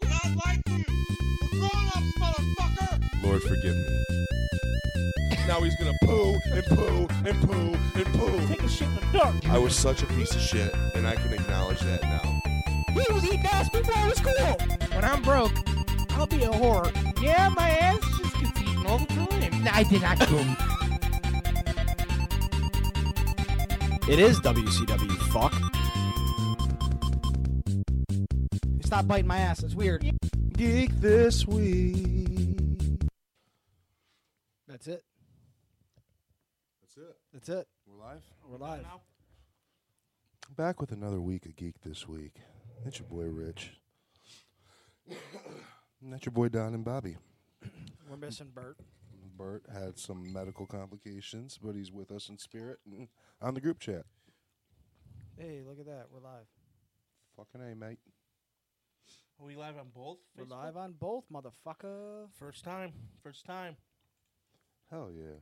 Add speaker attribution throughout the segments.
Speaker 1: don't like you. We're grown ups, motherfucker.
Speaker 2: Lord, forgive me. Now he's gonna poo and poo and poo and poo.
Speaker 3: Take a shit in the dark.
Speaker 2: I was such a piece of shit, and I can acknowledge that now.
Speaker 3: He was eating ass before it was cool. When I'm broke, I'll be a whore. Yeah, my ass just gets eaten all the time. I did not come.
Speaker 4: It is WCW, fuck. Stop biting my ass. It's weird.
Speaker 2: Geek this week.
Speaker 4: That's it.
Speaker 2: That's it.
Speaker 4: That's it.
Speaker 2: We're live.
Speaker 4: We're live.
Speaker 2: Back with another week of Geek this week. That's your boy Rich. and that's your boy Don and Bobby.
Speaker 4: We're missing Bert.
Speaker 2: Bert had some medical complications, but he's with us in spirit and on the group chat.
Speaker 4: Hey, look at that. We're live.
Speaker 2: Fucking A, mate.
Speaker 3: Are we live on both?
Speaker 4: We're live on both, motherfucker.
Speaker 3: First time. First time.
Speaker 2: Hell yeah.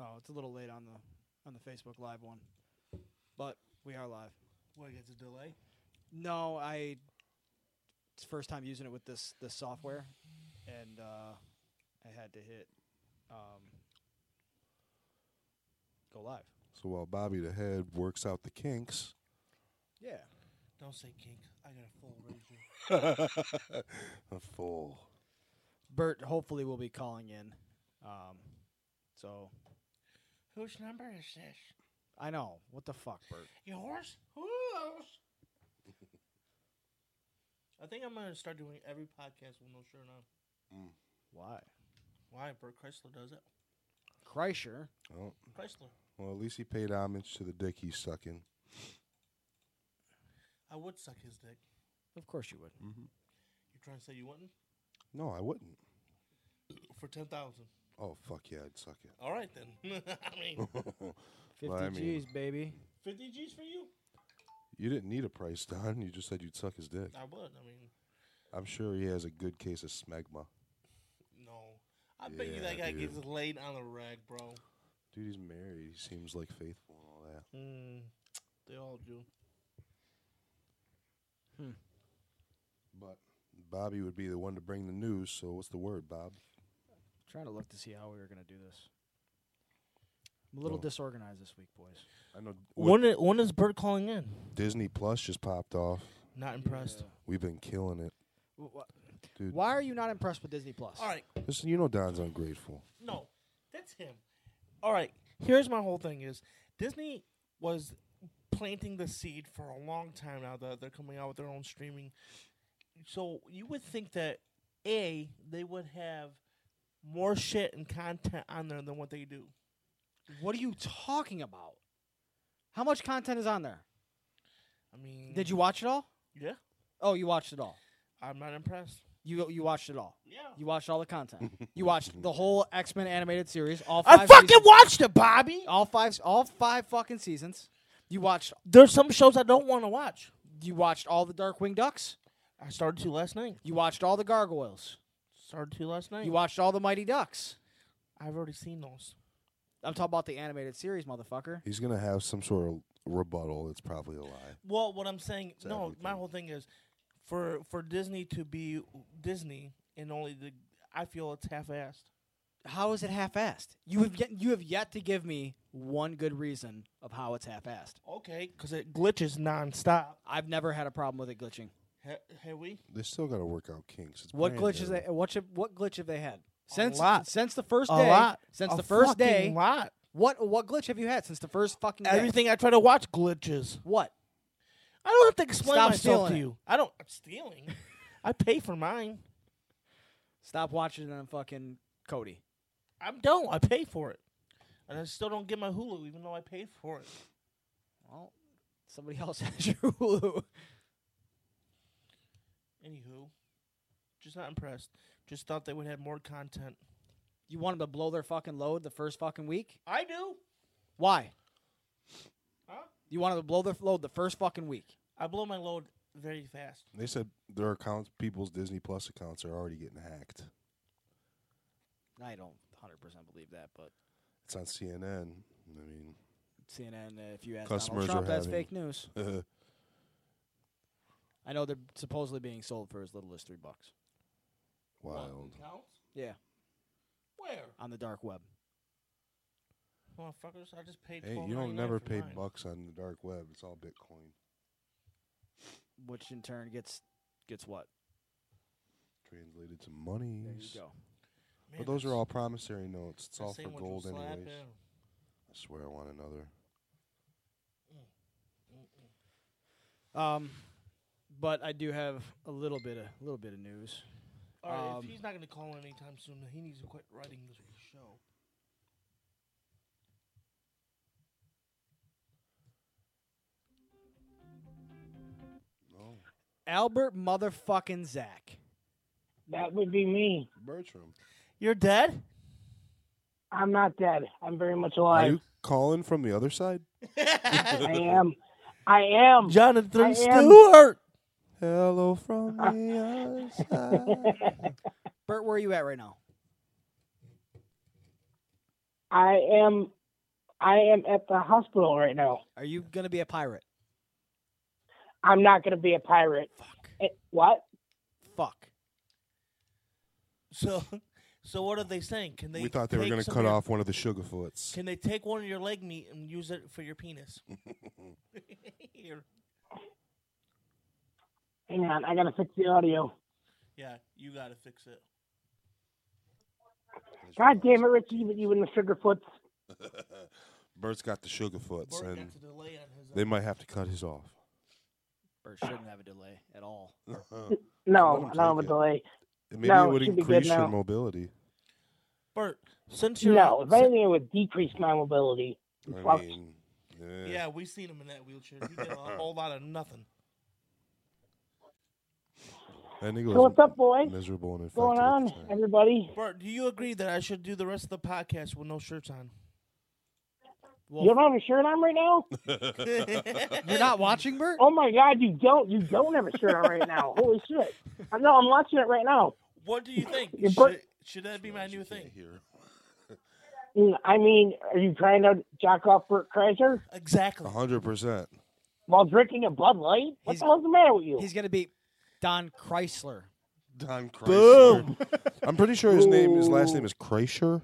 Speaker 4: Oh, it's a little late on the on the Facebook Live one, but we are live.
Speaker 3: What, it's a delay?
Speaker 4: No, I. It's first time using it with this this software, and uh, I had to hit um, go live.
Speaker 2: So while Bobby the Head works out the kinks,
Speaker 4: Yeah.
Speaker 3: Don't say kink. I got a full razor.
Speaker 2: a fool.
Speaker 4: Bert hopefully will be calling in. Um, so
Speaker 3: Whose number is this?
Speaker 4: I know what the fuck, Bert.
Speaker 3: Yours? Whose? I think I'm going to start doing every podcast with no shirt on.
Speaker 4: Why?
Speaker 3: Why? Bert Chrysler does it.
Speaker 4: Kreischer.
Speaker 2: Oh,
Speaker 3: Chrysler.
Speaker 2: well, at least he paid homage to the dick he's sucking.
Speaker 3: I would suck his dick.
Speaker 4: Of course you would.
Speaker 3: You trying to say you wouldn't?
Speaker 2: No, I wouldn't.
Speaker 3: For 10000
Speaker 2: Oh, fuck yeah, I'd suck
Speaker 3: All right, then. I mean,
Speaker 2: it.
Speaker 4: 50
Speaker 2: Well, I mean-
Speaker 4: G's, baby.
Speaker 3: 50 G's for you?
Speaker 2: you didn't need a price, Don. You just said you'd suck his dick.
Speaker 3: I would. I mean,
Speaker 2: I'm sure he has a good case of smegma.
Speaker 3: no. I bet you that
Speaker 2: Yeah,
Speaker 3: guy
Speaker 2: dude.
Speaker 3: gets laid on a rag, bro.
Speaker 2: Dude, he's married. He seems like faithful and all that.
Speaker 3: Mm, they all do.
Speaker 2: But Bobby would be the one to bring the news. So what's the word, Bob?
Speaker 4: trying to look to see how we were going to do this. I'm a little
Speaker 2: Oh.
Speaker 4: disorganized this week, boys.
Speaker 2: I know what
Speaker 3: When, i- when is Bert calling in?
Speaker 2: Disney Plus just popped off.
Speaker 3: Not impressed.
Speaker 2: We've been killing it,
Speaker 4: Wh-
Speaker 2: dude.
Speaker 4: wh- Why are you not impressed with Disney Plus?
Speaker 3: All right,
Speaker 2: Listen, you know Don's ungrateful.
Speaker 3: no, that's him. All right, here's my whole thing: is Disney was planting the seed for a long time now that they're coming out with their own streaming. So you would think that a they would have more shit and content on there than what they do.
Speaker 4: What are you talking about? How much content is on there?
Speaker 3: I mean,
Speaker 4: Did you watch it all?
Speaker 3: Mm. Yeah,
Speaker 4: Oh, you watched it all.
Speaker 3: I'm not impressed.
Speaker 4: You you watched it all.
Speaker 3: Yeah,
Speaker 4: You watched all the content. you watched the whole X Men animated series. All five
Speaker 3: I fucking
Speaker 4: seasons,
Speaker 3: watched it, Bobby.
Speaker 4: all five all five fucking seasons. You watched
Speaker 3: There's some shows I don't want to watch.
Speaker 4: you watched all the Darkwing Ducks.
Speaker 3: I started to last night.
Speaker 4: You watched all the Gargoyles.
Speaker 3: Started to last night.
Speaker 4: You watched all the Mighty Ducks.
Speaker 3: I've already seen those.
Speaker 4: I'm talking about the animated series, motherfucker.
Speaker 2: He's gonna have some sort of rebuttal. It's probably a lie.
Speaker 3: Well, what I'm saying,
Speaker 2: It's
Speaker 3: no, my
Speaker 2: everything.
Speaker 3: whole thing is for for Disney to be Disney and only the I feel it's half-assed.
Speaker 4: How is it half-assed? You have yet you have yet to give me one good reason of how it's half-assed.
Speaker 3: Okay, because it glitches nonstop.
Speaker 4: I've never had a problem with it glitching.
Speaker 3: Ha- have we?
Speaker 2: They still gotta work out kinks. It's
Speaker 4: What
Speaker 2: brand
Speaker 4: glitches?
Speaker 2: new.
Speaker 4: They, what sh- what glitch have they had since
Speaker 3: lot.
Speaker 4: since the first
Speaker 3: A
Speaker 4: day?
Speaker 3: lot.
Speaker 4: Since
Speaker 3: A
Speaker 4: the first
Speaker 3: fucking
Speaker 4: day.
Speaker 3: lot.
Speaker 4: What what glitch have you had since the first fucking day?
Speaker 3: Everything I try to watch glitches.
Speaker 4: What?
Speaker 3: I don't have to explain
Speaker 4: Stop
Speaker 3: myself
Speaker 4: stealing
Speaker 3: to
Speaker 4: it.
Speaker 3: you. I don't. I'm stealing. I pay for mine.
Speaker 4: Stop watching them, fucking Cody.
Speaker 3: I don't. I pay for it, and I still don't get my Hulu, even though I paid for it.
Speaker 4: Well, somebody else has your Hulu.
Speaker 3: Anywho, just not impressed. Just thought they would have more content.
Speaker 4: You want them to blow their fucking load the first fucking week?
Speaker 3: I do.
Speaker 4: Why?
Speaker 3: Huh?
Speaker 4: You want them to blow their load the first fucking week?
Speaker 3: I blow my load very fast.
Speaker 2: They said their accounts, people's Disney Plus accounts, are already getting hacked.
Speaker 4: I don't hundred percent believe that, but
Speaker 2: It's on CNN. I mean,
Speaker 4: CNN. Uh, if you ask
Speaker 2: Customers are
Speaker 4: Donald Trump, that's
Speaker 2: having-
Speaker 4: fake news. I know they're supposedly being sold for as little as three bucks
Speaker 3: Well,
Speaker 2: Wild.
Speaker 3: it counts?
Speaker 4: Yeah.
Speaker 3: Where?
Speaker 4: on the dark web.
Speaker 3: Motherfuckers, I just paid.
Speaker 2: Hey, you
Speaker 3: $12.99
Speaker 2: don't never
Speaker 3: for
Speaker 2: pay
Speaker 3: mine.
Speaker 2: bucks on the dark web. It's all Bitcoin
Speaker 4: which in turn gets gets what?
Speaker 2: translated to money.
Speaker 4: There you go.
Speaker 3: Man,
Speaker 2: But those are
Speaker 3: that's-
Speaker 2: all promissory notes. It's
Speaker 3: that
Speaker 2: all for
Speaker 3: sandwich
Speaker 2: gold,
Speaker 3: was
Speaker 2: anyways.
Speaker 3: slapping.
Speaker 2: I swear I want another.
Speaker 4: Um, but I do have a little bit of a little bit of news.
Speaker 3: All right,
Speaker 4: Um,
Speaker 3: if he's not gonna call in anytime soon, then he needs to quit writing this show.
Speaker 2: No,
Speaker 4: Albert motherfucking Zach.
Speaker 5: That would be me.
Speaker 2: Bertram.
Speaker 3: You're dead.
Speaker 5: I'm not dead. I'm very much
Speaker 2: Are
Speaker 5: alive.
Speaker 2: you calling from the other side?
Speaker 5: I am. I am. I
Speaker 3: Jonathan
Speaker 5: am-
Speaker 3: Stewart.
Speaker 2: Hello from the other side.
Speaker 4: Bert, where are you at right now?
Speaker 5: I am. I am at the hospital right now.
Speaker 4: Are you gonna be a pirate?
Speaker 5: I'm not going to be a pirate.
Speaker 4: Fuck.
Speaker 5: Eh, what?
Speaker 4: Fuck.
Speaker 3: So, so what are they saying? Can they?
Speaker 2: we thought they were
Speaker 3: take
Speaker 2: going to
Speaker 3: some
Speaker 2: cut
Speaker 3: of your-
Speaker 2: off one of the Sugarfoots.
Speaker 3: Can they take one of your leg meat and use it for your penis? Here.
Speaker 5: Hang on. I got to fix the audio.
Speaker 3: Yeah, you gotta fix it.
Speaker 5: God damn it, Richie, with you and the Sugarfoots.
Speaker 2: Bert's got the Sugarfoots, and
Speaker 3: Bert got to delay on his. uh,
Speaker 2: they might have to cut his off.
Speaker 4: Bert shouldn't have a delay at all.
Speaker 2: Let
Speaker 5: No,
Speaker 2: him
Speaker 5: no, I'm
Speaker 2: take
Speaker 5: a
Speaker 2: it.
Speaker 5: delay.
Speaker 2: Maybe
Speaker 5: No,
Speaker 2: it would
Speaker 5: it should be good
Speaker 2: increase your
Speaker 5: now.
Speaker 2: mobility.
Speaker 3: Bert, since you're
Speaker 5: No, if
Speaker 3: si-
Speaker 5: anything, it would decrease my mobility.
Speaker 2: I
Speaker 5: Fuck.
Speaker 2: mean,
Speaker 3: yeah, we seen him in that wheelchair. He did a whole lot of nothing.
Speaker 2: That nigga
Speaker 5: So
Speaker 2: was
Speaker 5: what's up, boys? What's
Speaker 2: miserable and infected.
Speaker 5: going
Speaker 2: at the
Speaker 5: on,
Speaker 2: time.
Speaker 5: everybody?
Speaker 3: Bert, do you agree that I should do the rest of the podcast with no shirts on?
Speaker 4: Well,
Speaker 5: You don't have a shirt on right now?
Speaker 4: you're not watching Bert.
Speaker 5: Oh my God, you don't. You don't have a shirt on right now. Holy shit. I know. I'm watching it right now.
Speaker 3: What do you think?
Speaker 5: Yeah,
Speaker 3: should,
Speaker 5: Bert-
Speaker 3: should that be my new thing?
Speaker 2: Here.
Speaker 5: Mm, I mean, are you trying to jack off Bert Kreischer
Speaker 3: Exactly.
Speaker 2: 100%.
Speaker 5: while drinking a Bud Light? What
Speaker 4: He's-
Speaker 5: the hell's the matter with you?
Speaker 4: He's gonna be Don Chrysler.
Speaker 2: Don Chrysler. I'm pretty sure his name, his last name is Kreischer.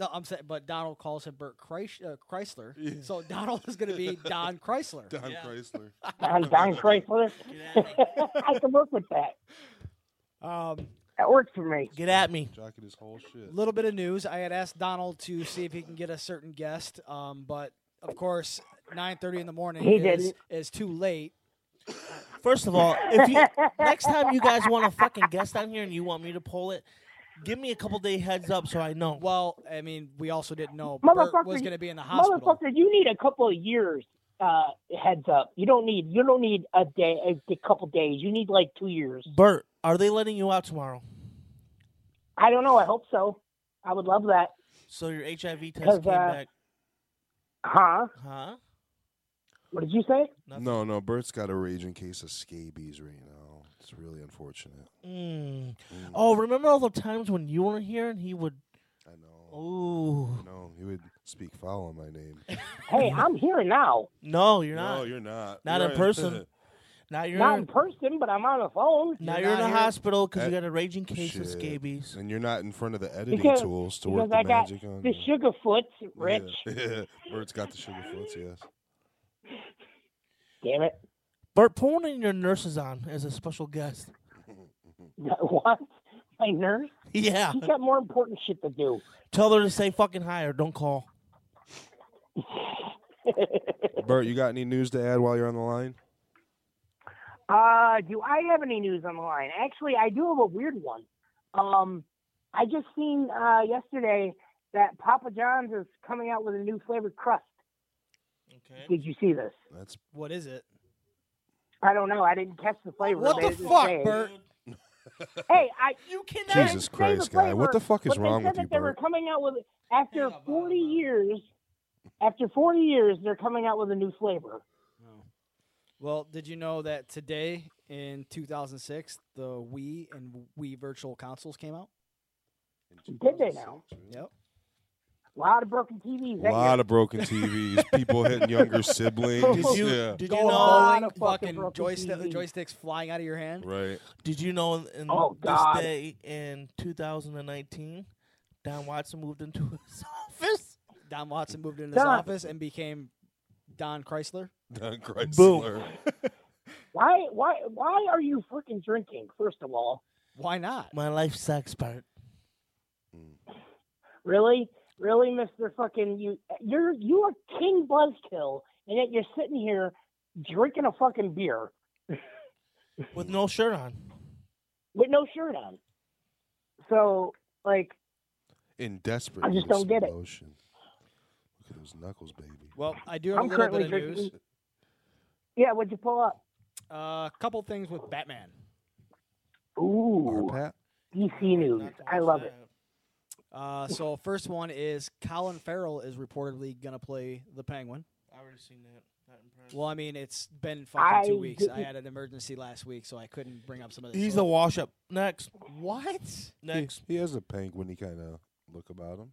Speaker 4: No, I'm saying, but Donald calls him Bert Chrysh, uh, Chrysler. So Donald is gonna be Don Chrysler.
Speaker 2: Don
Speaker 3: Yeah.
Speaker 2: Chrysler.
Speaker 5: Don, Don Chrysler?
Speaker 3: Get at me.
Speaker 5: I can work with that.
Speaker 4: Um,
Speaker 5: That works for me.
Speaker 3: Get at me.
Speaker 2: Jocking his whole shit.
Speaker 4: little bit of news. I had asked Donald to see if he can get a certain guest, um, but of course, 9:30 in the morning
Speaker 5: He
Speaker 4: is,
Speaker 5: didn't.
Speaker 4: is too late.
Speaker 3: First of all, if you next time you guys want a fucking guest on here and you want me to pull it, give me a couple day heads up so I know.
Speaker 4: Well, I mean, we also didn't know Bert
Speaker 5: Motherfucker,
Speaker 4: was
Speaker 5: you-
Speaker 4: going to be in the hospital.
Speaker 5: Motherfucker, you need a couple of years uh, heads up. You don't need you don't need a day a couple days. You need like two years.
Speaker 3: Bert, are they letting you out tomorrow?
Speaker 5: I don't know. I hope so. I would love that.
Speaker 3: So your HIV test
Speaker 5: 'Cause,
Speaker 3: came
Speaker 5: uh,
Speaker 3: back,
Speaker 5: Huh?
Speaker 3: huh?
Speaker 5: What did you say?
Speaker 3: Nothing.
Speaker 2: No, no, Bert's got a raging case of scabies right now. It's really unfortunate.
Speaker 3: Mm.
Speaker 2: Mm,
Speaker 3: Oh, remember all the times when you were here and he would?
Speaker 2: I know.
Speaker 3: Ooh,
Speaker 2: No, he would speak foul on my name.
Speaker 5: Hey, I'm here now.
Speaker 3: no, you're
Speaker 2: no,
Speaker 3: not.
Speaker 2: you're not.
Speaker 3: Not
Speaker 2: You're
Speaker 3: in person. Now you're
Speaker 5: Not in person, but I'm on the phone.
Speaker 3: now
Speaker 4: You're
Speaker 3: you're in
Speaker 4: not
Speaker 3: a
Speaker 4: here.
Speaker 3: hospital because you
Speaker 2: That-
Speaker 3: got a raging case of
Speaker 2: Shit.
Speaker 3: scabies.
Speaker 2: And you're not in front of the editing
Speaker 5: Because-
Speaker 2: tools to work
Speaker 5: Because
Speaker 2: the
Speaker 5: I got
Speaker 2: magic on.
Speaker 5: the
Speaker 2: you.
Speaker 5: Sugarfoots, Rich.
Speaker 2: Yeah. Bert's got the sugar foots, yes.
Speaker 5: Damn it.
Speaker 3: Bert, put one of your nurses on as a special guest.
Speaker 5: What? My nurse?
Speaker 3: Yeah,
Speaker 5: She's got more important shit to do.
Speaker 3: tell her to say fucking hi or don't call.
Speaker 2: Bert, you got any news to add while you're on the line?
Speaker 5: Uh, do I have any news on the line? Actually, I do have a weird one. Um, I just seen uh, yesterday that Papa John's is coming out with a new flavored crust.
Speaker 3: Okay.
Speaker 5: Did you see this?
Speaker 2: That's
Speaker 4: What is it?
Speaker 5: I don't know. I didn't catch the flavor.
Speaker 4: What
Speaker 5: They
Speaker 4: the
Speaker 5: didn't
Speaker 4: fuck,
Speaker 5: say.
Speaker 4: Bert?
Speaker 5: Hey, I
Speaker 3: You cannot.
Speaker 5: didn't
Speaker 2: Jesus
Speaker 5: say the
Speaker 2: Christ, guy. What the
Speaker 5: flavor,
Speaker 2: fuck is
Speaker 5: but they
Speaker 2: wrong
Speaker 5: said
Speaker 2: with you,
Speaker 5: that They were
Speaker 2: Bert?
Speaker 5: coming out with after
Speaker 3: Hang on,
Speaker 5: forty
Speaker 3: Bob.
Speaker 5: years. After forty years, they're coming out with a new flavor.
Speaker 4: Well, did you know that today in 2006 the Wii and Wii Virtual Consoles came out?
Speaker 5: Did they now?
Speaker 4: Yep.
Speaker 5: A lot of broken TVs.
Speaker 2: A lot of broken TVs, people hitting younger siblings.
Speaker 3: Did you-
Speaker 2: yeah.
Speaker 4: Did
Speaker 5: Go
Speaker 4: you
Speaker 5: on.
Speaker 4: know
Speaker 5: Lot of fucking
Speaker 4: fucking
Speaker 5: broken
Speaker 4: joystick,
Speaker 5: TVs.
Speaker 4: joysticks flying out of your hand?
Speaker 2: Right.
Speaker 3: Did you know in- in
Speaker 5: Oh, God.
Speaker 3: this day in 2019, Don Watson moved into his office?
Speaker 4: Don Watson moved into his
Speaker 5: Don.
Speaker 4: office and became Don Chrysler.
Speaker 2: Don Chrysler.
Speaker 5: Why? Why? Why are you freaking drinking? First of all,
Speaker 4: Why not?
Speaker 3: My life sucks, Bart.
Speaker 5: really, really, Mister Fucking you, you're you are King Buzzkill, and yet you're sitting here drinking a fucking beer
Speaker 3: With no shirt on.
Speaker 5: with no shirt on. So, like,
Speaker 2: In desperate
Speaker 5: I just
Speaker 2: need of
Speaker 5: don't
Speaker 2: some
Speaker 5: get it.
Speaker 2: lotion. Look at those knuckles, baby.
Speaker 4: Well, I do have
Speaker 5: I'm
Speaker 4: a little
Speaker 5: currently
Speaker 4: bit of news. Uh,
Speaker 5: drinking. Yeah, what'd you pull up?
Speaker 4: A couple things with Batman.
Speaker 5: Ooh,
Speaker 2: Our Pat.
Speaker 5: DC news.
Speaker 3: Not to
Speaker 5: I
Speaker 3: watch
Speaker 5: love
Speaker 3: that.
Speaker 5: it.
Speaker 4: Uh, so first one is Colin Farrell is reportedly gonna play the Penguin.
Speaker 3: I already seen that. Not impressed.
Speaker 4: Well, I mean, it's been fucking
Speaker 5: I
Speaker 4: two weeks. I
Speaker 5: didn't-
Speaker 4: had an emergency last week, so I couldn't bring up some of this.
Speaker 3: He's
Speaker 4: So-
Speaker 3: a wash up. Next.
Speaker 4: what?
Speaker 3: Next.
Speaker 2: uh, He has a penguin kind of look about him.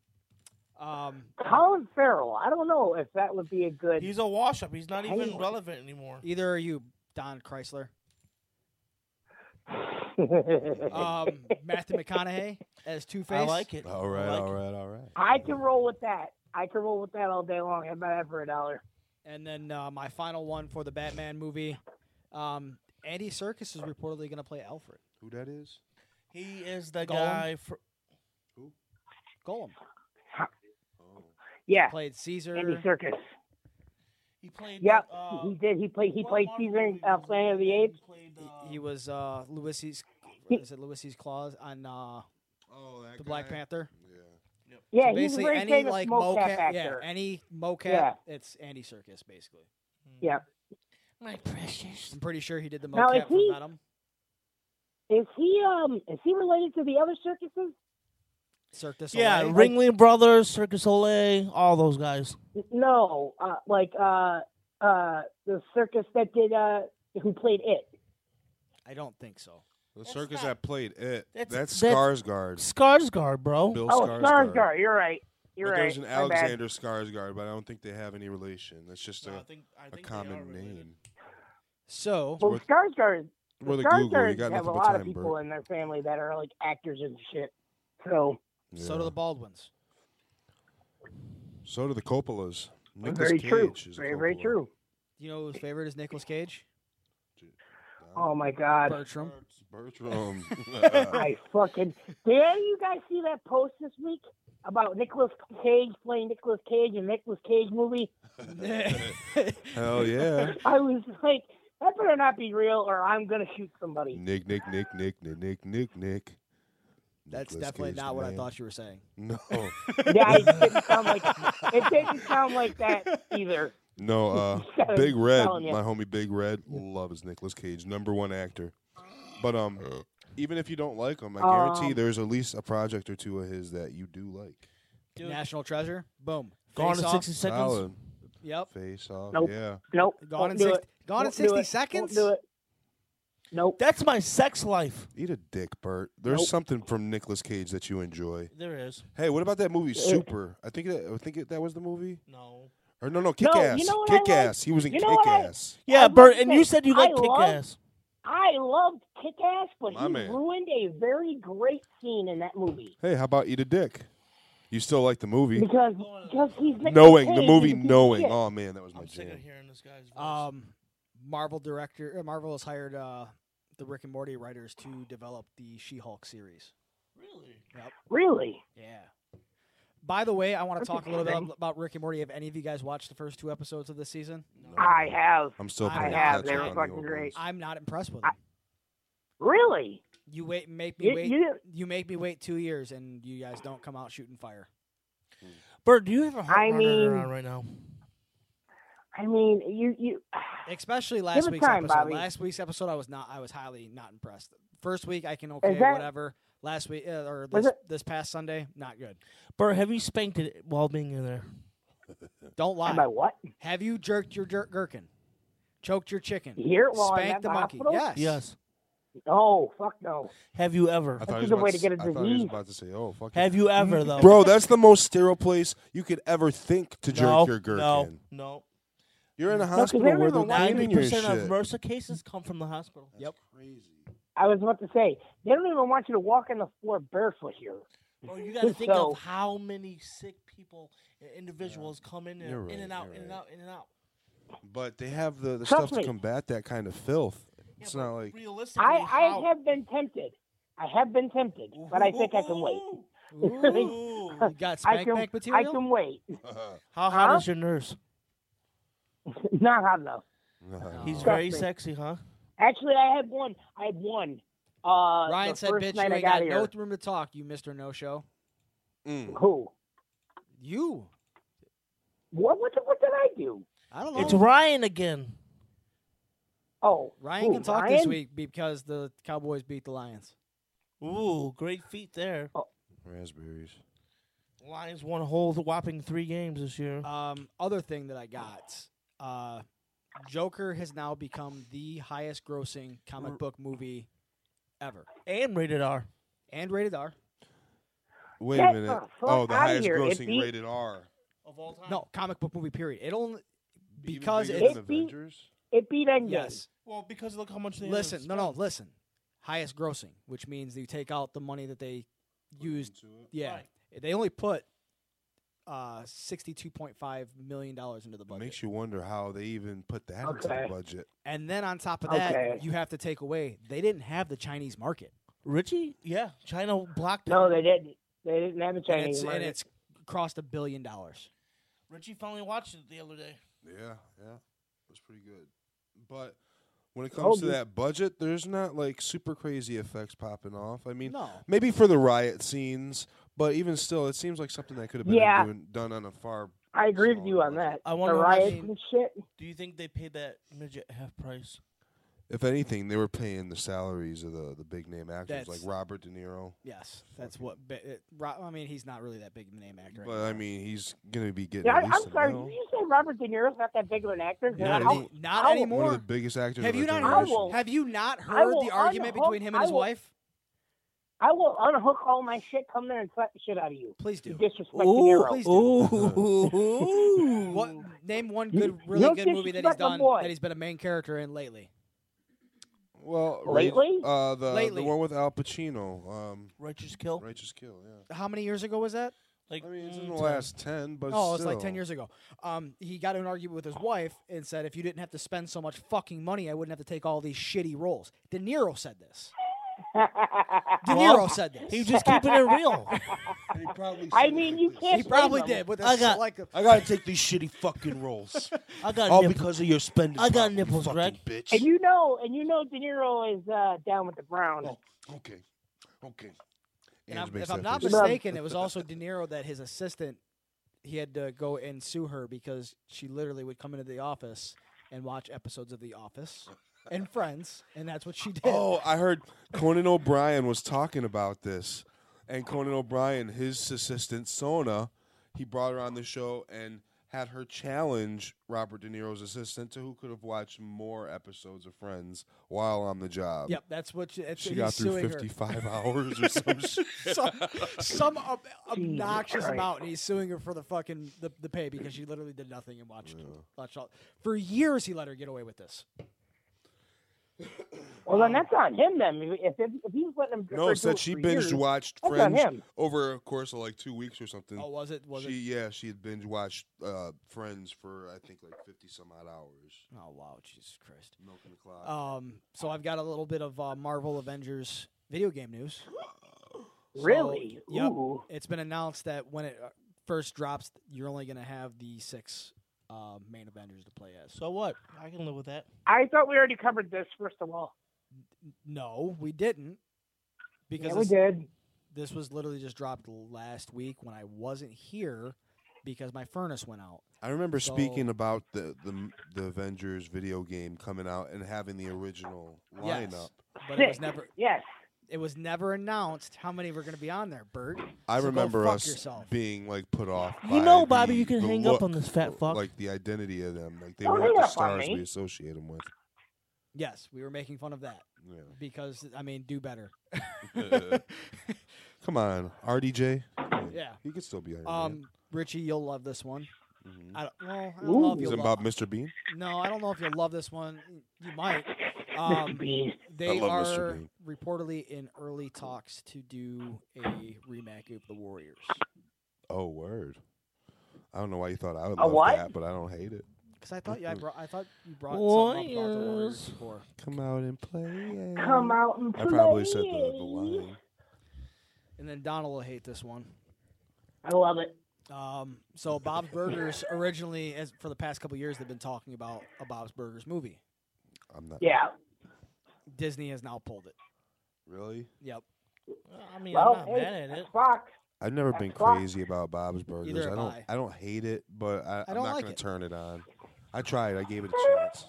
Speaker 4: Um,
Speaker 5: Colin Farrell. I don't know if that would be a good.
Speaker 3: He's a wash up. He's not even
Speaker 5: Hey.
Speaker 3: relevant anymore.
Speaker 4: either are you, Don Chrysler, um, Matthew McConaughey as Two Face.
Speaker 3: I like it.
Speaker 2: All
Speaker 3: I
Speaker 2: right,
Speaker 3: like
Speaker 2: all
Speaker 3: it.
Speaker 2: right, all right.
Speaker 5: I can roll with that. I can roll with that all day long. How about that for a dollar?
Speaker 4: And then uh, my final one for the Batman movie, um, Andy Serkis is reportedly going to play Alfred
Speaker 2: Who that is?
Speaker 3: He is the
Speaker 4: Gollum?
Speaker 3: guy. For,
Speaker 4: Golem.
Speaker 5: Yeah,
Speaker 4: Played Caesar.
Speaker 5: Andy Circus.
Speaker 3: he played.
Speaker 5: Yep,
Speaker 3: the, uh,
Speaker 5: he did. He played. He
Speaker 3: what
Speaker 5: played
Speaker 3: Marvel
Speaker 5: Caesar in
Speaker 3: movie
Speaker 5: uh,
Speaker 3: was it?
Speaker 5: Planet of the Apes.
Speaker 3: He played,
Speaker 4: He-
Speaker 3: uh,
Speaker 4: He was uh, Lewis's.
Speaker 5: He-
Speaker 4: Is it Lewis's claws on uh,
Speaker 2: Oh, that
Speaker 4: the Black Panther?
Speaker 2: Yeah.
Speaker 5: Yeah, he's a
Speaker 4: so basically
Speaker 5: very
Speaker 4: any
Speaker 5: famous
Speaker 4: like
Speaker 5: mocap
Speaker 4: mocap, yeah,
Speaker 5: actor.
Speaker 4: any mocap,
Speaker 5: Yeah.
Speaker 4: it's Andy Circus basically.
Speaker 5: Yeah.
Speaker 3: My precious.
Speaker 4: I'm pretty sure he did the
Speaker 5: Now,
Speaker 4: mocap
Speaker 5: if
Speaker 4: for
Speaker 5: he-
Speaker 4: Venom.
Speaker 5: Is he um? Is he related to the other circuses?
Speaker 4: Cirque du Soleil.
Speaker 3: Yeah, Ringling Brothers, Circus Soleil, all those guys.
Speaker 5: N- No, uh, like uh, uh, the circus that did uh, who played it.
Speaker 4: I don't think so.
Speaker 2: The
Speaker 3: That's
Speaker 2: circus that
Speaker 3: not-
Speaker 2: played it.
Speaker 3: that's-
Speaker 2: That's,
Speaker 3: that's-
Speaker 2: Skarsgård.
Speaker 3: Skarsgård, bro.
Speaker 2: Bill
Speaker 5: Oh,
Speaker 2: Skarsgård.
Speaker 5: Skarsgård. You're right. You're
Speaker 2: But
Speaker 5: right.
Speaker 2: There's an
Speaker 5: My bad.
Speaker 2: Alexander Skarsgård, but I don't think they have any relation. That's just a,
Speaker 3: think, I
Speaker 2: a common name.
Speaker 4: So
Speaker 5: Well,
Speaker 2: Worth-
Speaker 5: Skarsgård.
Speaker 2: We're the Google. You
Speaker 5: Skarsgård
Speaker 2: got
Speaker 5: have
Speaker 2: nothing
Speaker 5: a
Speaker 2: but
Speaker 5: lot
Speaker 2: time,
Speaker 5: of people
Speaker 2: Bert.
Speaker 5: in their family that are like actors and shit. So
Speaker 4: so do
Speaker 2: Yeah.
Speaker 4: the Baldwins.
Speaker 2: So do the Coppolas. Nicolas
Speaker 5: very
Speaker 2: Cage
Speaker 5: true.
Speaker 2: is a
Speaker 5: Very very
Speaker 2: Coppola.
Speaker 5: true.
Speaker 4: You know whose favorite is Nicolas Cage?
Speaker 5: Oh my god.
Speaker 4: Bertram.
Speaker 2: Bertram.
Speaker 5: I fucking dare you guys see that post this week about Nicolas Cage playing Nicolas Cage in Nicolas Cage movie?
Speaker 2: Hell yeah.
Speaker 5: I was like, that better not be real, or I'm gonna shoot somebody.
Speaker 2: Nick, Nick, Nick, Nick, Nick, Nick, Nick, Nick.
Speaker 4: That's
Speaker 2: Nicolas
Speaker 4: definitely
Speaker 2: Cage,
Speaker 4: not what I
Speaker 2: man.
Speaker 4: thought you were saying.
Speaker 2: No,
Speaker 5: Yeah, it didn't sound like it didn't sound like that either.
Speaker 2: no. Uh,
Speaker 5: I'm
Speaker 2: Big Red,
Speaker 5: telling ya.
Speaker 2: my homie Big Red, loves Nicolas Cage, number one actor. But um,
Speaker 4: Uh.
Speaker 2: even if you don't like him, I guarantee
Speaker 5: Um,
Speaker 2: there's at least a project or two of his that you do like.
Speaker 3: Dude.
Speaker 4: National Treasure. Boom.
Speaker 3: Gone
Speaker 4: Face
Speaker 3: in
Speaker 4: Off.
Speaker 3: 60 seconds.
Speaker 2: Solid.
Speaker 4: Yep.
Speaker 2: Face off.
Speaker 5: Nope.
Speaker 2: Yeah.
Speaker 5: Nope.
Speaker 4: Gone
Speaker 5: won't
Speaker 4: in
Speaker 5: do
Speaker 4: 60
Speaker 5: it.
Speaker 4: Gone in
Speaker 5: Won't do
Speaker 4: 60
Speaker 5: it.
Speaker 4: seconds.
Speaker 5: Won't do it. Nope.
Speaker 3: That's my sex life.
Speaker 2: Eat a dick, Bert. There's
Speaker 5: Nope.
Speaker 2: something from Nicolas Cage that you enjoy.
Speaker 3: There is.
Speaker 2: Hey, what about that
Speaker 5: Uh.
Speaker 2: movie Super? I think that I think it, that was the movie.
Speaker 3: No.
Speaker 2: Or no, no, Kick
Speaker 5: No, you
Speaker 2: Ass.
Speaker 5: know what I
Speaker 2: Kick
Speaker 5: like?
Speaker 2: Ass. He was in
Speaker 5: You know
Speaker 2: Kick
Speaker 5: what I-
Speaker 2: Ass.
Speaker 3: Yeah,
Speaker 5: was
Speaker 3: Bert,
Speaker 5: gonna
Speaker 3: and you
Speaker 5: say,
Speaker 3: said you
Speaker 5: I
Speaker 3: like kick
Speaker 5: love-
Speaker 3: ass.
Speaker 5: I loved Kick Ass, but
Speaker 2: My
Speaker 5: he
Speaker 2: man.
Speaker 5: ruined a very great scene in that movie
Speaker 2: Hey, how about Eat a Dick? You still like the movie?
Speaker 5: because because he's Nicolas
Speaker 2: Knowing the
Speaker 5: Cage,
Speaker 2: movie,
Speaker 5: he's a piece of
Speaker 2: knowing.
Speaker 5: shit.
Speaker 2: Oh man, that was my
Speaker 3: I'm sick
Speaker 2: jam.
Speaker 3: of hearing this guy's voice.
Speaker 4: Um, Marvel director. uh, Marvel has hired uh, the Rick and Morty writers to develop the She-Hulk series.
Speaker 3: really?
Speaker 5: Really?
Speaker 4: Yeah. By the way, I want to
Speaker 5: That's
Speaker 4: talk a little bit
Speaker 5: interesting.
Speaker 4: about Rick and Morty. Have any of you guys watched the first two episodes of this season?
Speaker 5: I have.
Speaker 2: I'm still
Speaker 4: I
Speaker 2: playing
Speaker 4: have,
Speaker 2: catch
Speaker 4: they
Speaker 2: up
Speaker 4: were
Speaker 2: on the
Speaker 5: fucking
Speaker 2: old
Speaker 5: great.
Speaker 2: ones.
Speaker 4: I'm not impressed with
Speaker 5: I-
Speaker 4: them.
Speaker 5: Really?
Speaker 4: You wait, make me
Speaker 5: You,
Speaker 4: wait.
Speaker 5: you,
Speaker 4: You make me wait two years, and you guys don't come out shooting fire.
Speaker 3: Bert, do you have a heart running
Speaker 5: mean-
Speaker 3: around right now?
Speaker 5: I mean, you, you.
Speaker 4: Especially last
Speaker 5: it
Speaker 4: week's
Speaker 5: time,
Speaker 4: episode.
Speaker 5: Bobby.
Speaker 4: Last week's episode, I was not. I was highly not impressed. First week, I can okay,
Speaker 5: that-
Speaker 4: whatever. Last week uh, or
Speaker 5: Was
Speaker 4: this, this past Sunday, not good.
Speaker 3: Bert, have you spanked it while being in there?
Speaker 4: Don't lie.
Speaker 5: Am I what?
Speaker 4: Have you jerked your jer- gherkin? Choked your chicken?
Speaker 5: Here while I'm
Speaker 4: Spanked
Speaker 5: at
Speaker 4: the
Speaker 5: the
Speaker 4: monkey?
Speaker 5: hospital?
Speaker 4: Yes.
Speaker 3: Yes.
Speaker 5: Oh, fuck no.
Speaker 3: Have you ever?
Speaker 2: I thought,
Speaker 5: a
Speaker 2: he was
Speaker 5: good
Speaker 2: about
Speaker 5: way
Speaker 2: to
Speaker 5: to get
Speaker 2: s-
Speaker 5: a
Speaker 2: I thought he was
Speaker 5: disease.
Speaker 2: about to say, "Oh, fuck." it.
Speaker 3: Have you ever though?
Speaker 2: Bro, that's the most sterile place you could ever think to jerk
Speaker 3: no,
Speaker 2: your girth
Speaker 3: no,
Speaker 2: in.
Speaker 3: no.
Speaker 2: You're in a
Speaker 5: 'cause
Speaker 2: hospital
Speaker 5: they're
Speaker 2: where
Speaker 5: in the
Speaker 2: they're cleaning
Speaker 5: line
Speaker 3: Ninety
Speaker 2: your
Speaker 3: percent of
Speaker 2: shit.
Speaker 3: MRSA cases come from the hospital.
Speaker 4: Yep.
Speaker 5: I was about to say, they don't even want you to walk on the floor barefoot here.
Speaker 3: Bro, you got to think
Speaker 5: So-
Speaker 3: of how many sick people, and individuals come in and
Speaker 2: You're
Speaker 3: in
Speaker 2: right,
Speaker 3: and out,
Speaker 2: you're
Speaker 3: in and
Speaker 2: right.
Speaker 3: out, in and out.
Speaker 2: But they have the, the
Speaker 5: Trust
Speaker 2: stuff to
Speaker 5: me.
Speaker 2: combat that kind of filth.
Speaker 3: Yeah,
Speaker 2: It's
Speaker 3: but
Speaker 2: not like
Speaker 3: realistically,
Speaker 5: I,
Speaker 3: how-
Speaker 5: I have been tempted. I have been tempted, but I think I can wait.
Speaker 3: Ooh.
Speaker 4: You got
Speaker 5: I
Speaker 4: spank
Speaker 5: can,
Speaker 4: bank
Speaker 5: I
Speaker 4: material?
Speaker 5: can wait.
Speaker 3: How hot
Speaker 5: Huh?
Speaker 3: is your nurse?
Speaker 5: Not hot enough.
Speaker 3: He's
Speaker 5: Trust
Speaker 3: very
Speaker 5: me.
Speaker 3: sexy, huh?
Speaker 5: Actually, I had one. I had one. Uh,
Speaker 4: Ryan
Speaker 5: the
Speaker 4: said,
Speaker 5: first
Speaker 4: "Bitch,
Speaker 5: night
Speaker 4: you
Speaker 5: I
Speaker 4: ain't
Speaker 5: got,
Speaker 4: got
Speaker 5: here.
Speaker 4: no room to talk, you Mister No Show.
Speaker 2: Mm.
Speaker 5: Who?
Speaker 4: You,
Speaker 5: What? What? What did I do?
Speaker 4: I don't know.
Speaker 3: It's Ryan again.
Speaker 5: Oh,
Speaker 4: Ryan
Speaker 5: who,
Speaker 4: can talk
Speaker 5: Ryan?
Speaker 4: this week because the Cowboys beat the Lions.
Speaker 3: Ooh, great feat there.
Speaker 2: raspberries.
Speaker 3: Lions won a whole whopping three games this year.
Speaker 4: Um, other thing that I got, uh, Joker has now become the highest-grossing comic book movie ever,
Speaker 3: and rated R.
Speaker 4: and rated R.
Speaker 2: Wait
Speaker 5: Get
Speaker 2: a minute.
Speaker 5: the fuck
Speaker 2: oh, the
Speaker 5: outta
Speaker 2: highest
Speaker 5: here. It
Speaker 2: grossing
Speaker 5: beat-
Speaker 2: rated R.
Speaker 3: Of all time?
Speaker 4: No, comic book movie period. It only
Speaker 2: Even
Speaker 4: because
Speaker 2: bigger
Speaker 4: it's
Speaker 2: than
Speaker 5: It beat-
Speaker 2: Avengers.
Speaker 5: It beat Endgame.
Speaker 4: yes.
Speaker 3: Well, because look how much they
Speaker 4: Listen, no,
Speaker 3: spent.
Speaker 4: no, listen. Highest grossing, which means you take out the money that they used. Yeah,
Speaker 3: Right.
Speaker 4: they only put uh, sixty-two point five million dollars into the
Speaker 2: It
Speaker 4: budget.
Speaker 2: makes you wonder how they even put that into the
Speaker 5: Okay.
Speaker 2: budget.
Speaker 4: And then on top of that,
Speaker 5: Okay.
Speaker 4: you have to take away they didn't have the Chinese market.
Speaker 3: Richie? Yeah, China blocked
Speaker 5: No,
Speaker 3: it.
Speaker 5: they didn't. They didn't have a
Speaker 4: and
Speaker 5: Chinese
Speaker 4: it's,
Speaker 5: market.
Speaker 4: and it's crossed a billion dollars.
Speaker 3: Richie finally watched it the other day.
Speaker 2: Yeah, yeah. It was pretty good. But when it
Speaker 5: Oh,
Speaker 2: comes to
Speaker 5: dude.
Speaker 2: that budget, there's not like super crazy effects popping off. I mean,
Speaker 4: No.
Speaker 2: maybe for the riot scenes, but even still, it seems like something that could have been
Speaker 5: Yeah.
Speaker 2: doing, done on a far.
Speaker 5: I agree with you on
Speaker 2: smaller
Speaker 5: that.
Speaker 3: I wonder
Speaker 5: the
Speaker 3: how
Speaker 5: riots
Speaker 3: many-
Speaker 5: and shit.
Speaker 3: Do you think they paid that midget half price?
Speaker 2: If anything, they were paying the salaries of the, the big name actors like
Speaker 4: That's-
Speaker 2: Robert De Niro.
Speaker 4: Yes, that's what. ba- It, Ro- I mean, he's not really that big of a name actor.
Speaker 2: But I mean, he's gonna be getting.
Speaker 5: Yeah,
Speaker 2: at
Speaker 5: I,
Speaker 2: least
Speaker 5: I'm
Speaker 2: a
Speaker 5: sorry.
Speaker 2: mil.
Speaker 5: Did you say Robert De Niro's not that big of an actor?
Speaker 4: anymore. not,
Speaker 2: Yeah,
Speaker 5: I'll-
Speaker 2: he-
Speaker 4: any- not
Speaker 5: I'll-
Speaker 2: One of the
Speaker 4: anymore.
Speaker 2: biggest actors.
Speaker 4: Have
Speaker 2: of
Speaker 4: you
Speaker 2: our
Speaker 4: not
Speaker 5: I
Speaker 2: generation.
Speaker 5: will-
Speaker 4: heard? Have you not
Speaker 5: I
Speaker 4: heard
Speaker 5: will
Speaker 4: the argument
Speaker 5: unhook-
Speaker 4: between him and
Speaker 5: I
Speaker 4: his
Speaker 5: will-
Speaker 4: wife?
Speaker 5: I will unhook all my shit, come there and slap the shit out of you.
Speaker 4: Please
Speaker 5: You
Speaker 4: do.
Speaker 5: disrespect De
Speaker 3: ooh,
Speaker 5: Niro.
Speaker 4: please
Speaker 3: ooh.
Speaker 4: What name one
Speaker 5: You-
Speaker 4: good,
Speaker 5: you
Speaker 4: really
Speaker 5: don't
Speaker 4: good movie that he's
Speaker 5: disrespect my
Speaker 4: done
Speaker 5: boy.
Speaker 4: that he's been a main character in lately?
Speaker 2: Well, Ra-
Speaker 5: Lately?
Speaker 2: uh, the
Speaker 4: Lately. Oh.
Speaker 2: the one with Al Pacino, um,
Speaker 3: Righteous kill?
Speaker 2: Righteous Kill. Yeah,
Speaker 4: How many years ago was that?
Speaker 3: Like,
Speaker 2: I mean, it's
Speaker 3: mm,
Speaker 2: in the
Speaker 3: ten.
Speaker 2: last ten, but
Speaker 4: Oh, it's like
Speaker 2: still.
Speaker 4: ten years ago. Um, he got in an argument with his wife and said, "If you didn't have to spend so much fucking money, I wouldn't have to take all these shitty roles." De Niro said this. De
Speaker 3: Well,
Speaker 4: Niro said this.
Speaker 3: He was just keeping it real.
Speaker 2: He probably
Speaker 5: I
Speaker 2: said
Speaker 5: mean,
Speaker 2: it
Speaker 5: you
Speaker 2: like
Speaker 5: can't-
Speaker 2: this.
Speaker 4: He probably
Speaker 5: Blame him.
Speaker 4: did with a
Speaker 3: I got-
Speaker 4: selective.
Speaker 6: I gotta take these shitty fucking rolls.
Speaker 3: I got
Speaker 2: Oh,
Speaker 6: All
Speaker 3: nip-
Speaker 6: because of your spending.
Speaker 3: I got
Speaker 6: problem, you
Speaker 3: nipples,
Speaker 6: fucking
Speaker 3: Greg.
Speaker 6: Bitch.
Speaker 5: and you know, and you know, De Niro is uh, down with the Browns.
Speaker 6: Oh. Okay. Okay.
Speaker 2: Ange
Speaker 4: And I'm-
Speaker 2: makes
Speaker 4: if I'm
Speaker 2: that
Speaker 4: not
Speaker 2: face.
Speaker 5: Love.
Speaker 4: mistaken, it was also De Niro that his assistant he had to go and sue her because she literally would come into the office and watch episodes of The Office and Friends, and that's what she did.
Speaker 2: Oh, I heard Conan O'Brien was talking about this, and Conan O'Brien, his assistant Sona, he brought her on the show and had her challenge Robert De Niro's assistant to who could have watched more episodes of Friends while on the job.
Speaker 4: Yep, that's what she, that's,
Speaker 2: She
Speaker 4: he's
Speaker 2: got through
Speaker 4: suing her.
Speaker 2: 55 hours or some shit.
Speaker 4: some some ob- obnoxious
Speaker 5: Christ.
Speaker 4: amount, and he's suing her for the fucking the, the pay because she literally did nothing and watched watched all. For years, he let her get away with this.
Speaker 5: Well, then that's on him. Then if if, if he was letting him
Speaker 2: No,
Speaker 5: do
Speaker 2: said
Speaker 5: it
Speaker 2: she
Speaker 5: for
Speaker 2: binge
Speaker 5: years,
Speaker 2: watched
Speaker 5: That's on
Speaker 2: Friends
Speaker 5: him.
Speaker 2: over a course of like two weeks or something.
Speaker 4: Oh, was it? Was
Speaker 2: she, Yeah, she had binge watched uh, Friends for I think like 50 some odd hours.
Speaker 4: it? Oh wow, Jesus Christ.
Speaker 2: Milking the clock.
Speaker 4: Um, so I've got a little bit of uh, Marvel Avengers video game news. So,
Speaker 5: Really?
Speaker 4: yep.
Speaker 5: Ooh.
Speaker 4: It's been announced that when it uh, first drops, you're only going to have the six uh, main Avengers to play as.
Speaker 3: So what? I can live with that.
Speaker 5: I thought we already covered this. First of all,
Speaker 4: No, we didn't. Because
Speaker 5: yeah, we
Speaker 4: this-
Speaker 5: did.
Speaker 4: this was literally just dropped last week when I wasn't here because my furnace went out.
Speaker 2: I remember speaking
Speaker 4: So-
Speaker 2: about the, the the Avengers video game coming out and having the original lineup.
Speaker 4: Yes. But it was
Speaker 5: Six.
Speaker 4: never
Speaker 5: Yes.
Speaker 4: it was never announced how many were going to be on there, Bert.
Speaker 2: I
Speaker 4: So go
Speaker 2: remember
Speaker 4: fuck
Speaker 2: us
Speaker 4: yourself.
Speaker 2: being like put off. by
Speaker 3: You know, Bobby, uh,
Speaker 2: the-
Speaker 3: you can
Speaker 2: the
Speaker 3: hang up
Speaker 2: look,
Speaker 3: on this fat fuck.
Speaker 2: Like the identity of them, like they
Speaker 5: Don't
Speaker 2: weren't
Speaker 5: hang
Speaker 2: the
Speaker 5: up on
Speaker 2: stars
Speaker 5: me.
Speaker 2: we associate them with.
Speaker 4: Yes, we were making fun of that. because I mean, do better.
Speaker 2: Yeah. Come on, RDJ.
Speaker 4: Yeah.
Speaker 2: He could still be Iron Man.
Speaker 4: Um, Richie, you'll love this one.
Speaker 2: Mhm.
Speaker 4: I don't, well, I don't know if
Speaker 2: Is
Speaker 4: you'll
Speaker 2: it
Speaker 4: love,
Speaker 2: about Mr. Bean?
Speaker 4: No, I don't know if you'll love this one. You might.
Speaker 5: Mr.
Speaker 4: Um,
Speaker 5: Bean.
Speaker 2: I
Speaker 4: they
Speaker 2: love Mr.
Speaker 4: are
Speaker 2: Bean.
Speaker 4: reportedly in early talks to do a remake of The Warriors.
Speaker 2: Oh, word. I don't know why you thought I would
Speaker 5: A
Speaker 2: love
Speaker 5: what?
Speaker 2: that, but I don't hate it.
Speaker 4: Because I thought
Speaker 2: Mm-hmm.
Speaker 4: you, I, brought, I thought you brought something up about The Warriors
Speaker 3: Warriors.
Speaker 4: before.
Speaker 2: Come out and play.
Speaker 4: mm,
Speaker 5: Come out and play.
Speaker 2: I probably said the, the line.
Speaker 4: And then Donald will hate this one.
Speaker 5: I love it.
Speaker 4: Um, so Bob's Burgers originally, as for the past couple years, they've been talking about a Bob's Burgers movie.
Speaker 2: I'm not
Speaker 5: Yeah.
Speaker 4: Disney has now pulled it.
Speaker 2: really.
Speaker 4: Yep.
Speaker 3: I mean,
Speaker 5: Well,
Speaker 3: I'm not
Speaker 5: hey,
Speaker 3: mad at it.
Speaker 5: that's Fox.
Speaker 2: I've never
Speaker 5: That's
Speaker 2: been
Speaker 5: why.
Speaker 2: crazy about Bob's Burgers.
Speaker 4: Neither
Speaker 2: I
Speaker 4: have
Speaker 2: don't.
Speaker 4: I.
Speaker 2: I don't hate it, but I, I am
Speaker 4: don't
Speaker 2: not
Speaker 4: like
Speaker 2: gonna
Speaker 4: it.
Speaker 2: turn it on. I tried. I gave it a chance.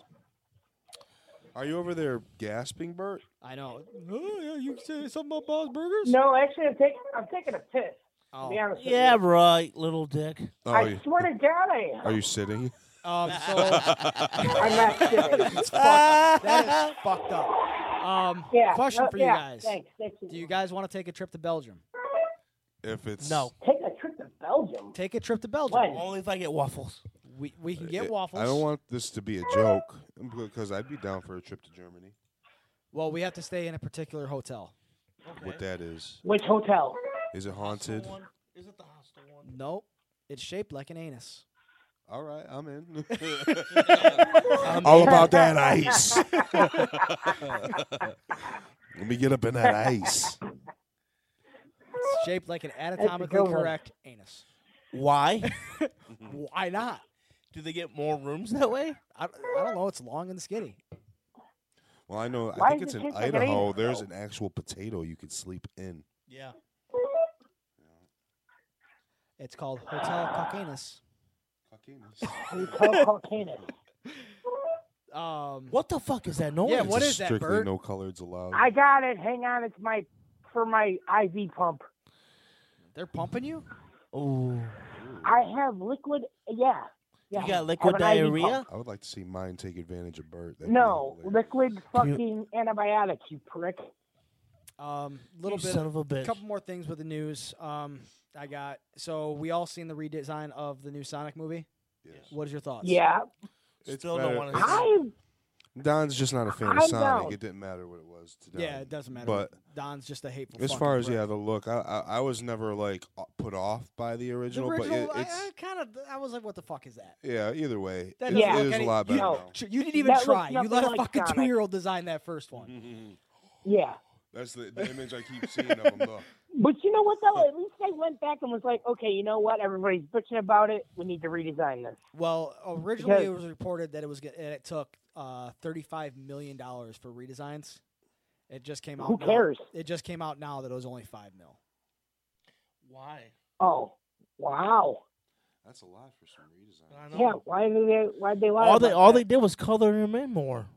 Speaker 2: Are you over there gasping, Bert?
Speaker 4: I know. Oh, yeah, you say something about Bob's Burgers?
Speaker 5: No, actually, I'm taking I'm taking a piss. To be
Speaker 4: Oh.
Speaker 5: honest. with you.
Speaker 3: Yeah, right, little dick.
Speaker 2: Oh,
Speaker 5: I
Speaker 2: you-
Speaker 5: swear to God, I am.
Speaker 2: are you sitting?
Speaker 4: Um, so
Speaker 5: I'm not kidding.
Speaker 4: it's fucked. That is fucked up. Um,
Speaker 5: Yeah.
Speaker 4: question
Speaker 5: no,
Speaker 4: for
Speaker 5: yeah,
Speaker 4: you guys.
Speaker 5: Thanks. thanks
Speaker 4: Do you guys want to take a trip to Belgium?
Speaker 2: If it's
Speaker 3: No,
Speaker 5: take a trip to Belgium?
Speaker 4: Take a trip to Belgium.
Speaker 5: What?
Speaker 3: only if I get waffles.
Speaker 4: We, we can get
Speaker 2: It-
Speaker 4: waffles.
Speaker 2: I don't want this to be a joke because I'd be down for a trip to Germany.
Speaker 4: well, we have to stay in a particular hotel.
Speaker 2: What that is?
Speaker 5: Which hotel?
Speaker 2: Is it haunted?
Speaker 3: Hostel one? Is it the hostel one?
Speaker 4: Nope. It's shaped like an anus.
Speaker 2: All right, I'm in. All about that ice. Let me get up in that ice.
Speaker 4: It's shaped like an anatomically
Speaker 5: good one.
Speaker 4: correct anus.
Speaker 3: Why?
Speaker 4: Why not?
Speaker 3: Do they get more rooms that way?
Speaker 4: I, I don't know. It's long and skinny.
Speaker 2: Well, I know.
Speaker 5: Why
Speaker 2: I think it's
Speaker 5: does it
Speaker 2: in
Speaker 5: taste like an
Speaker 2: Idaho.
Speaker 5: anus,
Speaker 2: There's
Speaker 5: though?
Speaker 2: an actual potato you could sleep in.
Speaker 3: Yeah.
Speaker 4: It's called Hotel Cocanus.
Speaker 5: Hotel Volcano.
Speaker 4: Um,
Speaker 3: What the fuck is that noise?
Speaker 4: Yeah,
Speaker 2: It's
Speaker 4: what
Speaker 2: a
Speaker 4: is that,
Speaker 2: Strictly
Speaker 4: Bert?
Speaker 2: no coloreds allowed.
Speaker 5: I got it. Hang on. It's my for my IV pump.
Speaker 4: They're pumping you?
Speaker 3: Ooh.
Speaker 5: I have liquid. Yeah. Yeah.
Speaker 3: You got
Speaker 5: I
Speaker 3: liquid
Speaker 5: have an IV
Speaker 3: diarrhea?
Speaker 5: pump.
Speaker 2: I would like to see mine take advantage of Bert. That'd be
Speaker 5: No,
Speaker 2: hilarious.
Speaker 5: liquid fucking antibiotics, you prick.
Speaker 4: Um, little
Speaker 3: you
Speaker 4: bit.
Speaker 3: son of a bitch.
Speaker 4: couple more things with the news. Um, I got so we all seen the redesign of the new Sonic movie.
Speaker 2: Yes.
Speaker 4: What is your thoughts?
Speaker 5: Yeah.
Speaker 2: It's
Speaker 3: Still
Speaker 2: better-
Speaker 3: don't want to see. it.
Speaker 5: I
Speaker 2: Don's just not a fan
Speaker 5: I'm
Speaker 2: of Sonic.
Speaker 5: down.
Speaker 2: It didn't matter what it was to Don.
Speaker 4: yeah, it doesn't matter.
Speaker 2: But
Speaker 4: Don's just a hateful.
Speaker 2: as
Speaker 4: fucking
Speaker 2: far as
Speaker 4: prick.
Speaker 2: yeah, the look, I, I I was never like o- put off by the
Speaker 4: the
Speaker 2: original,
Speaker 4: original,
Speaker 2: but it, it's
Speaker 4: I, I kind of I was like, what the fuck is that?
Speaker 2: yeah. Either way,
Speaker 4: That
Speaker 2: it,
Speaker 5: doesn't
Speaker 2: it
Speaker 4: look
Speaker 2: is
Speaker 4: any-
Speaker 2: a lot
Speaker 4: you-
Speaker 2: better. now.
Speaker 4: Tr- You didn't even
Speaker 5: That looks
Speaker 4: try. You
Speaker 5: nothing
Speaker 4: let a
Speaker 5: like
Speaker 4: fucking
Speaker 5: Sonic.
Speaker 4: two year old design that first one.
Speaker 5: yeah.
Speaker 2: That's the, the image I keep seeing of him. Though.
Speaker 5: But you know what though? At least they went back and was like, okay, you know what? Everybody's bitching about it. We need to redesign this.
Speaker 2: Mm-hmm.
Speaker 4: Well,
Speaker 5: Because-
Speaker 4: originally it was reported that it was g- that it took uh, thirty five million dollars for redesigns. It just came out.
Speaker 5: Who
Speaker 4: now-
Speaker 5: cares?
Speaker 4: It just came out now that it was only five mil.
Speaker 3: Why?
Speaker 5: Oh, wow.
Speaker 2: That's a lot for some redesign.
Speaker 3: I
Speaker 5: Yeah.
Speaker 3: know.
Speaker 5: Why did they? Why they lie?
Speaker 3: All they
Speaker 5: about
Speaker 3: all
Speaker 5: that?
Speaker 3: they did was color him in more.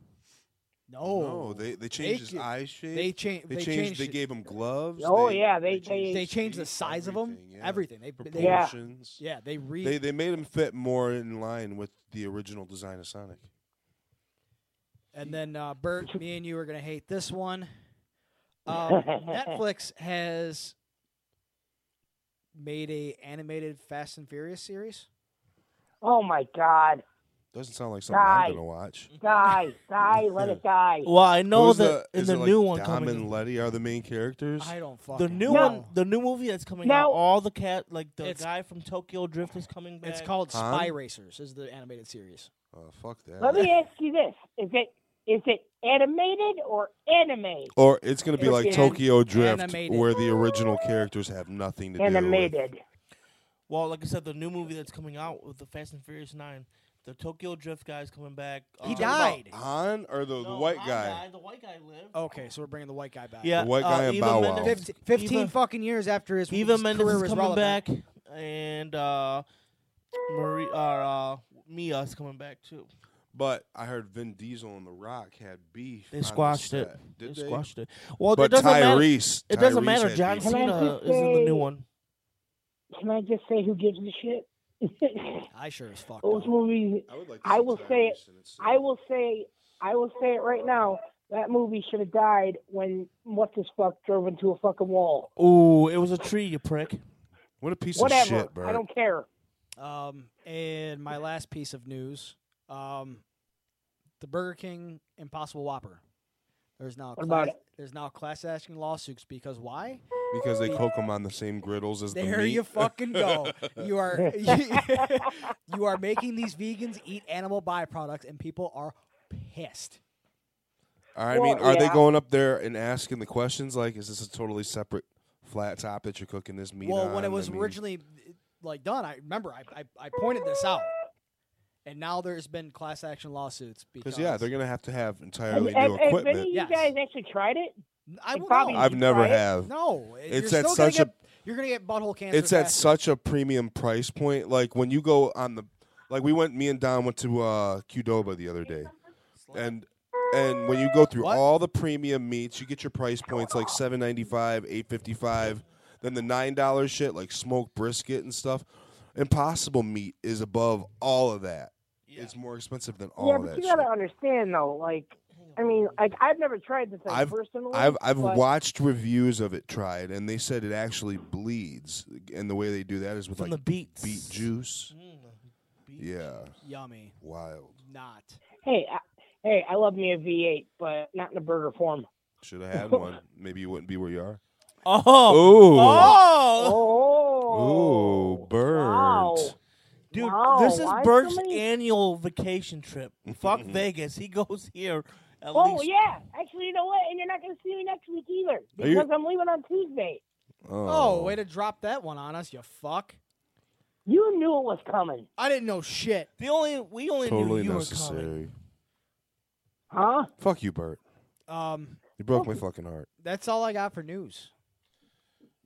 Speaker 4: No,
Speaker 2: no, they they changed his
Speaker 4: ca-
Speaker 2: eye shape.
Speaker 4: They, cha-
Speaker 2: They, changed.
Speaker 4: changed.
Speaker 2: They
Speaker 4: it.
Speaker 2: gave him gloves.
Speaker 5: Oh, yeah, they-
Speaker 2: changed
Speaker 5: they-
Speaker 4: they
Speaker 2: his
Speaker 4: changed the
Speaker 2: feet,
Speaker 4: size of them.
Speaker 2: everything,
Speaker 4: Everything.
Speaker 2: yeah.
Speaker 4: They, they
Speaker 5: Yeah.
Speaker 2: Proportions.
Speaker 4: yeah, they re.
Speaker 2: They they made him fit more in line with the original design of Sonic.
Speaker 4: and then uh, Bert, me and you are gonna hate this one. Um, Netflix has made a animated Fast and Furious series.
Speaker 5: Oh my God.
Speaker 2: Doesn't sound like something
Speaker 5: Guy.
Speaker 2: I'm gonna watch.
Speaker 5: Die, die, let it die.
Speaker 3: Well, I know
Speaker 2: Who's
Speaker 3: that in
Speaker 2: is
Speaker 3: the
Speaker 2: it, like,
Speaker 3: new one
Speaker 2: Dom
Speaker 3: coming.
Speaker 2: and Letty are the main characters.
Speaker 4: I don't fucking.
Speaker 3: The new
Speaker 5: No.
Speaker 3: one, the new movie that's coming
Speaker 5: No.
Speaker 3: out, all the cat, like the
Speaker 4: It's-
Speaker 3: guy from Tokyo Drift is coming back.
Speaker 4: It's called
Speaker 2: Han?
Speaker 4: Spy Racers. Is the animated series?
Speaker 2: Oh, fuck that.
Speaker 5: Let me ask you this: Is it is it animated or anime?
Speaker 2: or it's gonna be
Speaker 5: It's
Speaker 2: like
Speaker 5: an-
Speaker 2: Tokyo Drift,
Speaker 4: animated.
Speaker 2: where the original characters have nothing to do. with-
Speaker 5: Animated.
Speaker 3: well, like I said, the new movie that's coming out with the Fast and Furious Nine, the Tokyo Drift guy's coming back.
Speaker 4: He
Speaker 3: uh,
Speaker 4: died.
Speaker 2: Han or the,
Speaker 3: no,
Speaker 2: the white
Speaker 3: Han
Speaker 2: guy?
Speaker 3: died, The white guy lived.
Speaker 4: Okay, so we're bringing the white guy back.
Speaker 3: yeah,
Speaker 2: The white guy
Speaker 3: uh,
Speaker 2: and
Speaker 3: Eva
Speaker 2: Bow Wow.
Speaker 3: Mendes-
Speaker 4: Fif- fifteen
Speaker 3: Eva-
Speaker 4: fucking years after his,
Speaker 3: Eva
Speaker 4: his
Speaker 3: Mendes
Speaker 4: career
Speaker 3: is
Speaker 4: was
Speaker 3: coming
Speaker 4: relevant.
Speaker 3: back, and uh, Marie or uh, Mia's coming back too.
Speaker 2: But I heard Vin Diesel and The Rock had beef.
Speaker 3: They
Speaker 2: on the
Speaker 3: squashed it.
Speaker 2: set. Did
Speaker 3: they
Speaker 2: they?
Speaker 3: squashed it. Well,
Speaker 2: But
Speaker 3: Oh, it doesn't matter.
Speaker 2: Tyrese,
Speaker 3: It doesn't
Speaker 2: Tyrese
Speaker 3: matter.
Speaker 2: had
Speaker 3: John
Speaker 2: beef.
Speaker 5: Can I
Speaker 3: Cena
Speaker 5: just
Speaker 3: is in the
Speaker 5: say-
Speaker 3: new one.
Speaker 5: Can I just say who gives a shit?
Speaker 4: I sure as fuck.
Speaker 5: Those
Speaker 4: don't.
Speaker 5: movies.
Speaker 2: I would like.
Speaker 5: I will say it.
Speaker 2: Tyrese in its-
Speaker 5: I will say. I will say it right now. That movie should have died when what this fuck drove into a fucking wall.
Speaker 3: Ooh, it was a tree, you prick.
Speaker 2: What a piece
Speaker 5: Whatever.
Speaker 2: of shit, Bert.
Speaker 5: I don't care.
Speaker 4: Um, and my last piece of news, um, the Burger King Impossible Whopper. There's now a
Speaker 5: What about
Speaker 4: class, there's now class action lawsuits because why?
Speaker 2: because they cook them on the same griddles as the
Speaker 4: There
Speaker 2: meat.
Speaker 4: you fucking go. You are you are making these vegans eat animal byproducts, and people are pissed.
Speaker 2: I
Speaker 5: Well,
Speaker 2: mean, are they
Speaker 5: yeah.
Speaker 2: going up there and asking the questions like, is this a totally separate flat top that you're cooking this meat
Speaker 4: well,
Speaker 2: on?
Speaker 4: when
Speaker 2: I
Speaker 4: it was
Speaker 2: mean,
Speaker 4: originally like done, I remember I, I, I pointed this out, and now there's been class action lawsuits because
Speaker 2: Because, yeah, they're going to have to have
Speaker 5: Have,
Speaker 2: entirely
Speaker 5: have-
Speaker 2: new
Speaker 5: have any of
Speaker 2: equipment.
Speaker 5: you
Speaker 4: Yes.
Speaker 5: guys actually tried it?
Speaker 4: I
Speaker 5: They
Speaker 4: will
Speaker 5: probably-
Speaker 4: know.
Speaker 2: I've never
Speaker 5: Try it?
Speaker 2: have.
Speaker 4: No,
Speaker 2: It's
Speaker 4: you're
Speaker 2: at
Speaker 4: still gonna
Speaker 2: such a-
Speaker 4: get- you're gonna get butthole cancer.
Speaker 2: It's at
Speaker 4: faster.
Speaker 2: such a premium price point. Like, when you go on the. Like, we went, me and Don went to uh, Qdoba the other day. And. And when you go through
Speaker 4: What?
Speaker 2: all the premium meats, you get your price points like seven ninety five, eight fifty five, then the nine dollars shit like smoked brisket and stuff. Impossible meat is above all of that. It's more expensive than all
Speaker 5: yeah,
Speaker 2: of
Speaker 5: but
Speaker 2: that.
Speaker 5: you
Speaker 2: shit.
Speaker 5: gotta understand though. Like, I mean, like I've never tried the thing
Speaker 2: I've-
Speaker 5: personally.
Speaker 2: I've I've
Speaker 5: but-
Speaker 2: watched reviews of it tried, and they said it actually bleeds, and the way they do that is with
Speaker 3: From the
Speaker 2: like
Speaker 3: beats.
Speaker 2: beet juice.
Speaker 3: beet
Speaker 2: Yeah,
Speaker 4: yummy.
Speaker 2: wild.
Speaker 4: Not.
Speaker 5: Hey, I, hey, I love me a V8, but not in a burger form.
Speaker 2: Should have had one. Maybe you wouldn't be where you are.
Speaker 3: Oh.
Speaker 2: Oh,
Speaker 3: Oh.
Speaker 5: Oh,
Speaker 2: ooh, burnt.
Speaker 5: Wow.
Speaker 3: Dude,
Speaker 5: Wow,
Speaker 3: this is
Speaker 5: why so
Speaker 3: Bert's
Speaker 5: many-
Speaker 3: annual vacation trip. Fuck Vegas. He goes here at
Speaker 5: Oh
Speaker 3: least.
Speaker 5: yeah, actually, you know what? And you're not gonna see me next week either
Speaker 2: Are you-
Speaker 5: because I'm leaving on Tuesday.
Speaker 4: Oh, way to drop that one on us, you fuck.
Speaker 5: You knew it was coming,
Speaker 4: I didn't know shit.
Speaker 3: The only we only
Speaker 2: totally
Speaker 3: knew you were coming.
Speaker 2: necessary.
Speaker 5: huh?
Speaker 2: Fuck you, Bert.
Speaker 4: Um,
Speaker 2: You broke my fucking heart.
Speaker 4: that's all I got for news.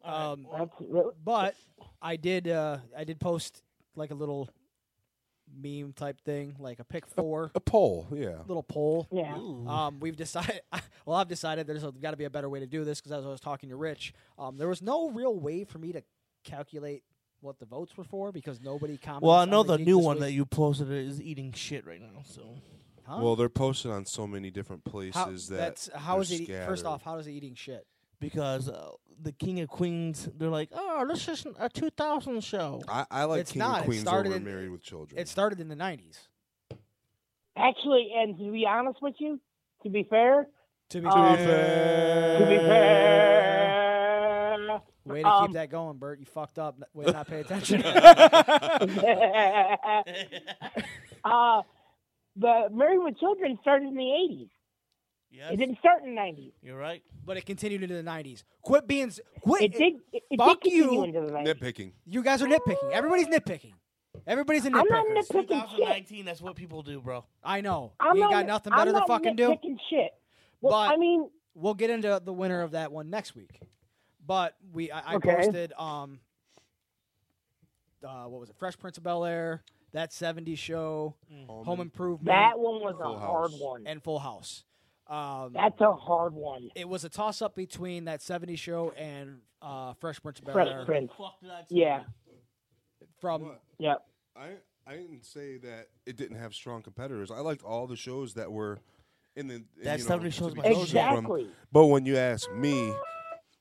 Speaker 3: All
Speaker 4: Um,
Speaker 5: That's really,
Speaker 4: but I did. Uh, I did post like a little meme type thing, like a pick four
Speaker 2: A poll, yeah.
Speaker 4: little poll.
Speaker 5: yeah.
Speaker 3: Ooh.
Speaker 4: Um, we've decided. Well, I've decided there's got to be a better way to do this because as I was talking to Rich, um, there was no real way for me to calculate what the votes were for because nobody commented.
Speaker 3: well, I know the new one that you posted is eating shit right now. So
Speaker 4: Huh?
Speaker 2: Well, they're posted on so many different places
Speaker 4: how,
Speaker 2: that
Speaker 4: that's how
Speaker 2: they're
Speaker 4: is it? eat- First
Speaker 2: scattered.
Speaker 4: off, how is it eating shit?
Speaker 3: because uh, the King of Queens, they're like, oh, this is a 2000 show.
Speaker 2: I, I like
Speaker 4: It's
Speaker 2: King
Speaker 4: not.
Speaker 2: and
Speaker 4: It
Speaker 2: Queens
Speaker 4: started
Speaker 2: over
Speaker 4: in-
Speaker 2: Married with Children.
Speaker 4: It started in the '90s.
Speaker 5: Actually, and to be honest with you, to be fair,
Speaker 4: To be
Speaker 5: Um,
Speaker 4: fair,
Speaker 5: to be fair,
Speaker 4: way to
Speaker 5: um,
Speaker 4: keep that going, Bert. You fucked up. n- Way to not pay attention.
Speaker 5: uh, the Married with Children started in the '80s.
Speaker 3: yes,
Speaker 5: It didn't start in the '90s.
Speaker 3: you're right.
Speaker 4: but it continued into the '90s. Quit being. s- Quit.
Speaker 5: It did. It, it
Speaker 4: fuck
Speaker 5: did continue
Speaker 4: you.
Speaker 5: into the '90s.
Speaker 2: Nitpicking.
Speaker 4: You guys are nitpicking. Everybody's nitpicking. Everybody's a
Speaker 5: not
Speaker 4: nitpicker.
Speaker 5: nitpicking. Picking shit.
Speaker 3: 2019. That's what people do, bro.
Speaker 4: I know.
Speaker 5: I'm
Speaker 4: we
Speaker 5: not,
Speaker 4: ain't got nothing better
Speaker 5: I'm
Speaker 4: to
Speaker 5: not
Speaker 4: fucking do.
Speaker 5: nitpicking Shit. Well,
Speaker 4: But-
Speaker 5: I mean,
Speaker 4: We'll get into the winner of that one next week. But we, I, I
Speaker 5: Okay.
Speaker 4: posted um, uh, what was it? Fresh Prince of Bel Air, that '70s show,
Speaker 2: Oh, Um,
Speaker 4: Home Improvement,
Speaker 5: that one was
Speaker 2: Full
Speaker 5: a hard
Speaker 2: House.
Speaker 5: one.
Speaker 4: and Full House. Um,
Speaker 5: That's a hard one.
Speaker 4: it was a toss-up between that '70s show and uh, Fresh Prince of Bel
Speaker 5: Fresh
Speaker 4: Air.
Speaker 5: Prince.
Speaker 3: Fuck did I tell
Speaker 5: Yeah.
Speaker 3: you?
Speaker 4: From
Speaker 5: Yep.
Speaker 2: I I didn't say that it didn't have strong competitors. I liked all the shows that were in the in,
Speaker 3: That
Speaker 2: you know,
Speaker 3: stuff that
Speaker 2: to
Speaker 3: shows
Speaker 2: be
Speaker 3: my
Speaker 2: chosen
Speaker 3: children.
Speaker 2: from.
Speaker 5: Exactly.
Speaker 2: But when you ask me,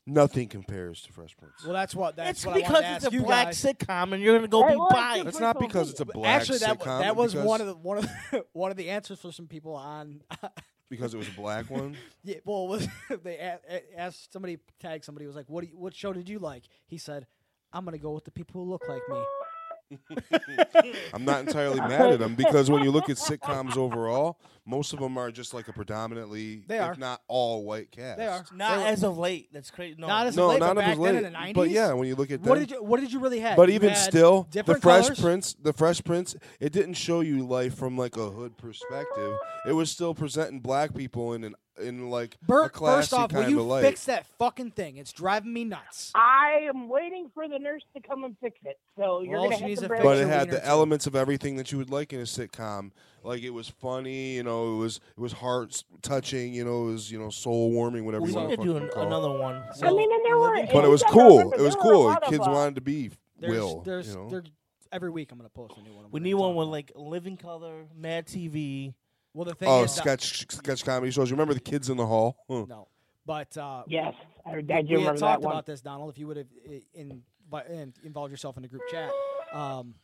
Speaker 2: nothing compares to Fresh Prince.
Speaker 4: well, that's what that's
Speaker 3: It's
Speaker 4: what I wanted
Speaker 3: because
Speaker 4: to ask
Speaker 3: it's a
Speaker 4: you
Speaker 3: black
Speaker 4: guys.
Speaker 3: sitcom, and you're gonna go
Speaker 5: Hey,
Speaker 3: be
Speaker 5: well,
Speaker 3: biased.
Speaker 2: That's
Speaker 5: Prince
Speaker 2: not
Speaker 5: don't
Speaker 2: because
Speaker 5: do
Speaker 2: it's a
Speaker 5: it.
Speaker 2: black
Speaker 4: Actually, that,
Speaker 2: sitcom.
Speaker 4: that was
Speaker 2: because,
Speaker 4: one of the one of the, one of the answers for some people on
Speaker 2: because it was a black one.
Speaker 4: Yeah, well, it was, they a- a- asked somebody, tagged somebody, was like, "What? Do you, what show did you like?" He said, "I'm gonna go with the people who look like me."
Speaker 2: I'm not entirely mad at them because when you look at sitcoms overall, most of them are just like a predominantly,
Speaker 4: They are.
Speaker 2: if not all white cast.
Speaker 4: They are
Speaker 3: Not
Speaker 4: They were-
Speaker 3: as of late. That's crazy. No,
Speaker 4: Not as-
Speaker 2: No,
Speaker 4: late,
Speaker 2: not
Speaker 4: but
Speaker 2: as
Speaker 4: back then
Speaker 2: late.
Speaker 4: in the
Speaker 2: But
Speaker 4: 90s?
Speaker 2: yeah, when you look at them,
Speaker 4: What did you What did you really have?
Speaker 2: But
Speaker 4: You
Speaker 2: even
Speaker 4: had
Speaker 2: still, the
Speaker 4: different
Speaker 2: Fresh
Speaker 4: colors?
Speaker 2: Prince, the Fresh Prince, it didn't show you life from like a hood perspective. It was still presenting black people in an in like a
Speaker 4: Bert,
Speaker 2: classy
Speaker 4: first off,
Speaker 2: kind
Speaker 4: will
Speaker 2: of
Speaker 4: you
Speaker 2: light.
Speaker 4: fix that fucking thing? It's driving me nuts.
Speaker 5: I am waiting for the nurse to come and fix it. So you're
Speaker 4: Well,
Speaker 5: gonna
Speaker 4: she
Speaker 5: have
Speaker 4: needs
Speaker 5: to
Speaker 4: to
Speaker 5: bring
Speaker 4: fix
Speaker 2: but
Speaker 4: Picture
Speaker 2: it had
Speaker 4: wiener
Speaker 2: the
Speaker 4: too.
Speaker 2: elements of everything that you would like in a sitcom. Like it was funny, you know, it was it was heart touching, you know, it was you know soul warming, whatever
Speaker 3: we
Speaker 2: you want
Speaker 3: need to
Speaker 2: to
Speaker 3: do an,
Speaker 2: call. it.
Speaker 3: another one.
Speaker 5: I mean, and there were,
Speaker 4: But
Speaker 2: But
Speaker 5: and
Speaker 2: it
Speaker 5: you
Speaker 2: was
Speaker 5: gotta
Speaker 2: cool.
Speaker 5: remember,
Speaker 2: It was
Speaker 5: there were a
Speaker 2: cool.
Speaker 5: lot of,
Speaker 2: Kids
Speaker 5: uh,
Speaker 2: wanted to be
Speaker 4: There's,
Speaker 2: Will.
Speaker 4: there's,
Speaker 2: you know?
Speaker 4: there- every week I'm gonna post a new one.
Speaker 3: We
Speaker 4: We're
Speaker 3: need
Speaker 4: gonna
Speaker 3: one
Speaker 4: talk
Speaker 3: with
Speaker 4: about it.
Speaker 3: like Living Color, Mad TV.
Speaker 4: Well, the thing
Speaker 2: Oh,
Speaker 4: is, uh,
Speaker 2: sketch sketch comedy shows. You remember the kids in the hall? Huh.
Speaker 4: no, but uh,
Speaker 5: Yes, I, I do
Speaker 4: we had
Speaker 5: remember that
Speaker 4: talked
Speaker 5: one.
Speaker 4: about this, Donald. If you would have i- in, but- in, involved yourself in the group chat, um,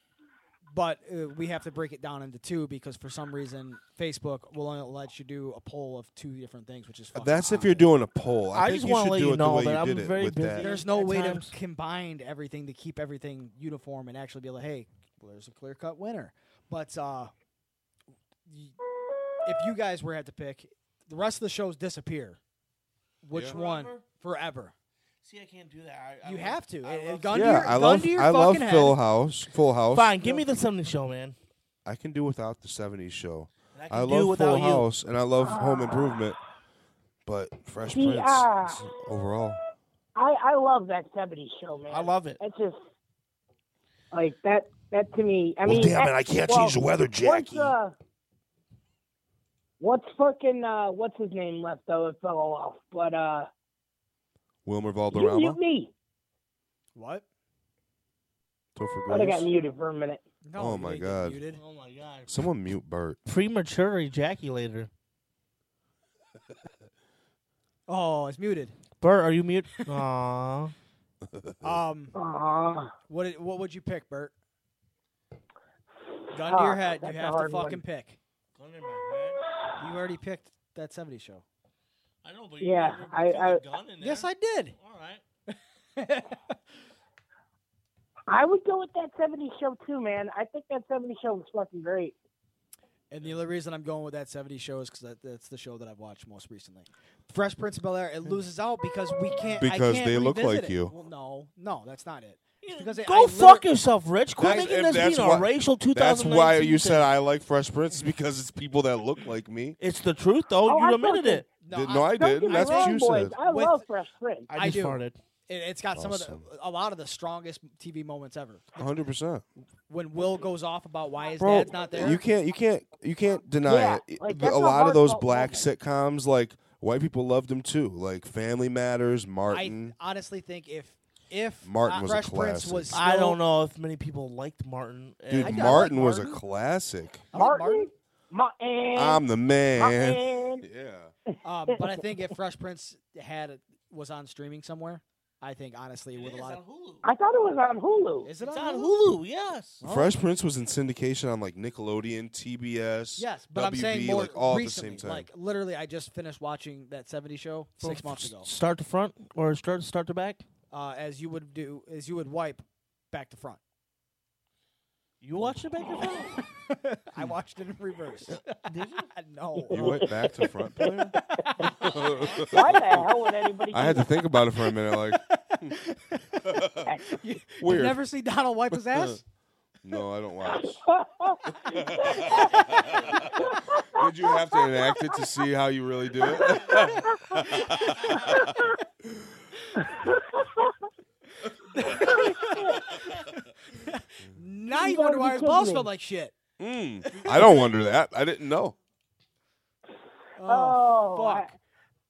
Speaker 4: but uh, we have to break it down into two because for some reason Facebook will only let you do a poll of two different things, which is fucking
Speaker 2: That's if
Speaker 4: awful.
Speaker 2: you're doing a poll. I,
Speaker 3: I
Speaker 2: think
Speaker 3: just
Speaker 2: you
Speaker 3: wanna
Speaker 2: should
Speaker 3: let
Speaker 2: do
Speaker 3: you
Speaker 2: it the
Speaker 3: know
Speaker 2: way
Speaker 3: that
Speaker 2: you
Speaker 3: I'm
Speaker 2: did it
Speaker 3: very
Speaker 2: with
Speaker 3: busy.
Speaker 2: that.
Speaker 4: There's no
Speaker 3: at
Speaker 4: way
Speaker 3: times.
Speaker 4: to combine everything to keep everything uniform and actually be like, hey, well, there's a clear cut winner. But uh, y- if you guys were had to pick, the rest of the shows disappear. Which
Speaker 2: Yeah.
Speaker 4: one?
Speaker 3: Forever?
Speaker 4: Forever.
Speaker 3: See, I can't do that. I, I
Speaker 4: You
Speaker 3: love-
Speaker 4: have to.
Speaker 3: I
Speaker 4: It- it-
Speaker 3: love
Speaker 4: gun to
Speaker 2: yeah,
Speaker 4: your-
Speaker 2: I
Speaker 4: gun
Speaker 2: love
Speaker 4: to your
Speaker 2: I love
Speaker 4: fucking head.
Speaker 2: Phil House, Full House.
Speaker 3: Fine, give me the Sunday show, man.
Speaker 2: I can do without the '70s show.
Speaker 3: And I, can
Speaker 2: I
Speaker 3: do
Speaker 2: love
Speaker 3: without
Speaker 2: Full
Speaker 3: you.
Speaker 2: House and I love Home Improvement, but Fresh
Speaker 5: See,
Speaker 2: Prince
Speaker 5: uh,
Speaker 2: is overall.
Speaker 5: I, I love that 70s show, man.
Speaker 3: I love it.
Speaker 5: That's just like that. That to me, I
Speaker 2: Well,
Speaker 5: mean,
Speaker 2: damn it,
Speaker 5: that-
Speaker 2: I can't
Speaker 5: well,
Speaker 2: change the weather, Jackie.
Speaker 5: What's, uh, what's fucking uh, what's his name left though? It fell off, but uh,
Speaker 2: Wilmer
Speaker 5: you mute
Speaker 2: Valderrama,
Speaker 5: me.
Speaker 4: What?
Speaker 2: Topher
Speaker 5: But I Oh, got
Speaker 2: Grace.
Speaker 5: muted for a minute.
Speaker 4: No,
Speaker 2: Oh
Speaker 4: you
Speaker 2: my
Speaker 4: didn't get
Speaker 2: God.
Speaker 4: muted.
Speaker 3: Oh my god.
Speaker 2: Someone mute Bert.
Speaker 3: Premature ejaculator.
Speaker 4: Oh, it's muted.
Speaker 3: Bert, are you mute? Aww.
Speaker 4: Um,
Speaker 5: Aww.
Speaker 4: what did, what would you pick, Bert? Gun to your
Speaker 5: Fuck,
Speaker 4: head. You
Speaker 5: Ah, that's a
Speaker 4: have to
Speaker 5: hard one.
Speaker 4: fucking pick. You already picked that 70 show.
Speaker 3: I know, but
Speaker 5: you Yeah, never I- put I- the
Speaker 3: gun in
Speaker 4: Yes, I did.
Speaker 3: All right.
Speaker 5: I would go with that 70s show too, man. I think that 70s show was fucking great.
Speaker 4: And the only reason I'm going with that 70 show is because that, that's the show that I've watched most recently. Fresh Prince of Bel Air, it loses out because we can't. I
Speaker 2: Because
Speaker 4: can't
Speaker 2: they look
Speaker 4: revisit
Speaker 2: like
Speaker 4: it.
Speaker 2: you.
Speaker 4: Well, no, no, that's not it. It's because I- I
Speaker 3: Go
Speaker 4: literally-
Speaker 3: fuck yourself, Rich. Quit
Speaker 2: That's-
Speaker 3: making
Speaker 2: if
Speaker 3: this
Speaker 2: that's
Speaker 3: being a
Speaker 2: why-
Speaker 3: racial 2019
Speaker 2: That's why you
Speaker 3: thing.
Speaker 2: said I like Fresh Prince is because it's people that look like me.
Speaker 3: It's the truth, though.
Speaker 5: Oh, I
Speaker 3: you
Speaker 5: thought
Speaker 3: admitted
Speaker 5: that-
Speaker 3: it.
Speaker 4: No,
Speaker 2: Did-
Speaker 4: I,
Speaker 2: no, I
Speaker 5: Don't
Speaker 2: didn't.
Speaker 5: get me
Speaker 2: That's what
Speaker 5: wrong,
Speaker 2: you
Speaker 5: boys.
Speaker 2: said.
Speaker 5: I
Speaker 4: With-
Speaker 5: love Fresh Prince.
Speaker 3: I just
Speaker 4: do.
Speaker 3: farted.
Speaker 4: It, it's got some
Speaker 2: Awesome.
Speaker 4: of the, a lot of the strongest TV moments ever.
Speaker 2: 100. percent
Speaker 4: When Will goes off about why his
Speaker 2: Bro,
Speaker 4: dad's not there.
Speaker 2: you can't, you can't, you can't deny
Speaker 5: Yeah,
Speaker 2: it.
Speaker 5: like,
Speaker 2: But
Speaker 5: that's
Speaker 2: a
Speaker 5: a
Speaker 2: lot of those
Speaker 5: heartfelt
Speaker 2: black
Speaker 5: moment.
Speaker 2: sitcoms, like white people loved them too, like Family Matters,
Speaker 4: I
Speaker 2: Martin.
Speaker 4: honestly think if if uh,
Speaker 2: Martin was a
Speaker 4: Fresh Prince
Speaker 2: classic.
Speaker 4: was, still,
Speaker 3: I don't know if many people liked Martin. and-
Speaker 2: Dude,
Speaker 4: I- I like
Speaker 2: Martin was a
Speaker 4: Martin.
Speaker 2: classic.
Speaker 4: I like Martin.
Speaker 5: Martin.
Speaker 2: I'm the Ah, man.
Speaker 5: Martin.
Speaker 2: Yeah.
Speaker 4: Um, but I think if Fresh Prince had was on streaming somewhere, I think honestly with a lot of
Speaker 3: Hulu.
Speaker 5: I thought it was on Hulu.
Speaker 4: is it
Speaker 3: It's
Speaker 4: on
Speaker 3: on
Speaker 4: Hulu?
Speaker 3: Hulu. Yes.
Speaker 2: Fresh Prince was in syndication on like Nickelodeon, TBS.
Speaker 4: Yes, but I'm
Speaker 2: WB,
Speaker 4: saying more
Speaker 2: like all at
Speaker 4: recently.
Speaker 2: the same time.
Speaker 4: Like literally, I just finished watching that '70 show six months ago.
Speaker 3: Start to front or start start to back.
Speaker 4: Uh, as you would do, as you would wipe back to front.
Speaker 3: You watched it back to front.
Speaker 4: I watched it in reverse.
Speaker 3: Did you?
Speaker 4: no,
Speaker 2: you went back to front player.
Speaker 5: Why the hell would anybody?
Speaker 2: I had to think about it for a minute. Like,
Speaker 4: you,
Speaker 2: Weird.
Speaker 4: you never see Donald wipe his ass.
Speaker 2: no, I don't watch.
Speaker 5: Oh,
Speaker 2: Would you have to enact it to see how you really do it?
Speaker 4: Now you
Speaker 5: gotta
Speaker 4: wonder
Speaker 5: be
Speaker 4: why his
Speaker 5: kidding
Speaker 4: balls
Speaker 5: me.
Speaker 4: felt like shit.
Speaker 2: Mm, I don't wonder that. I didn't know.
Speaker 4: Oh,
Speaker 5: oh,
Speaker 4: fuck.
Speaker 5: I-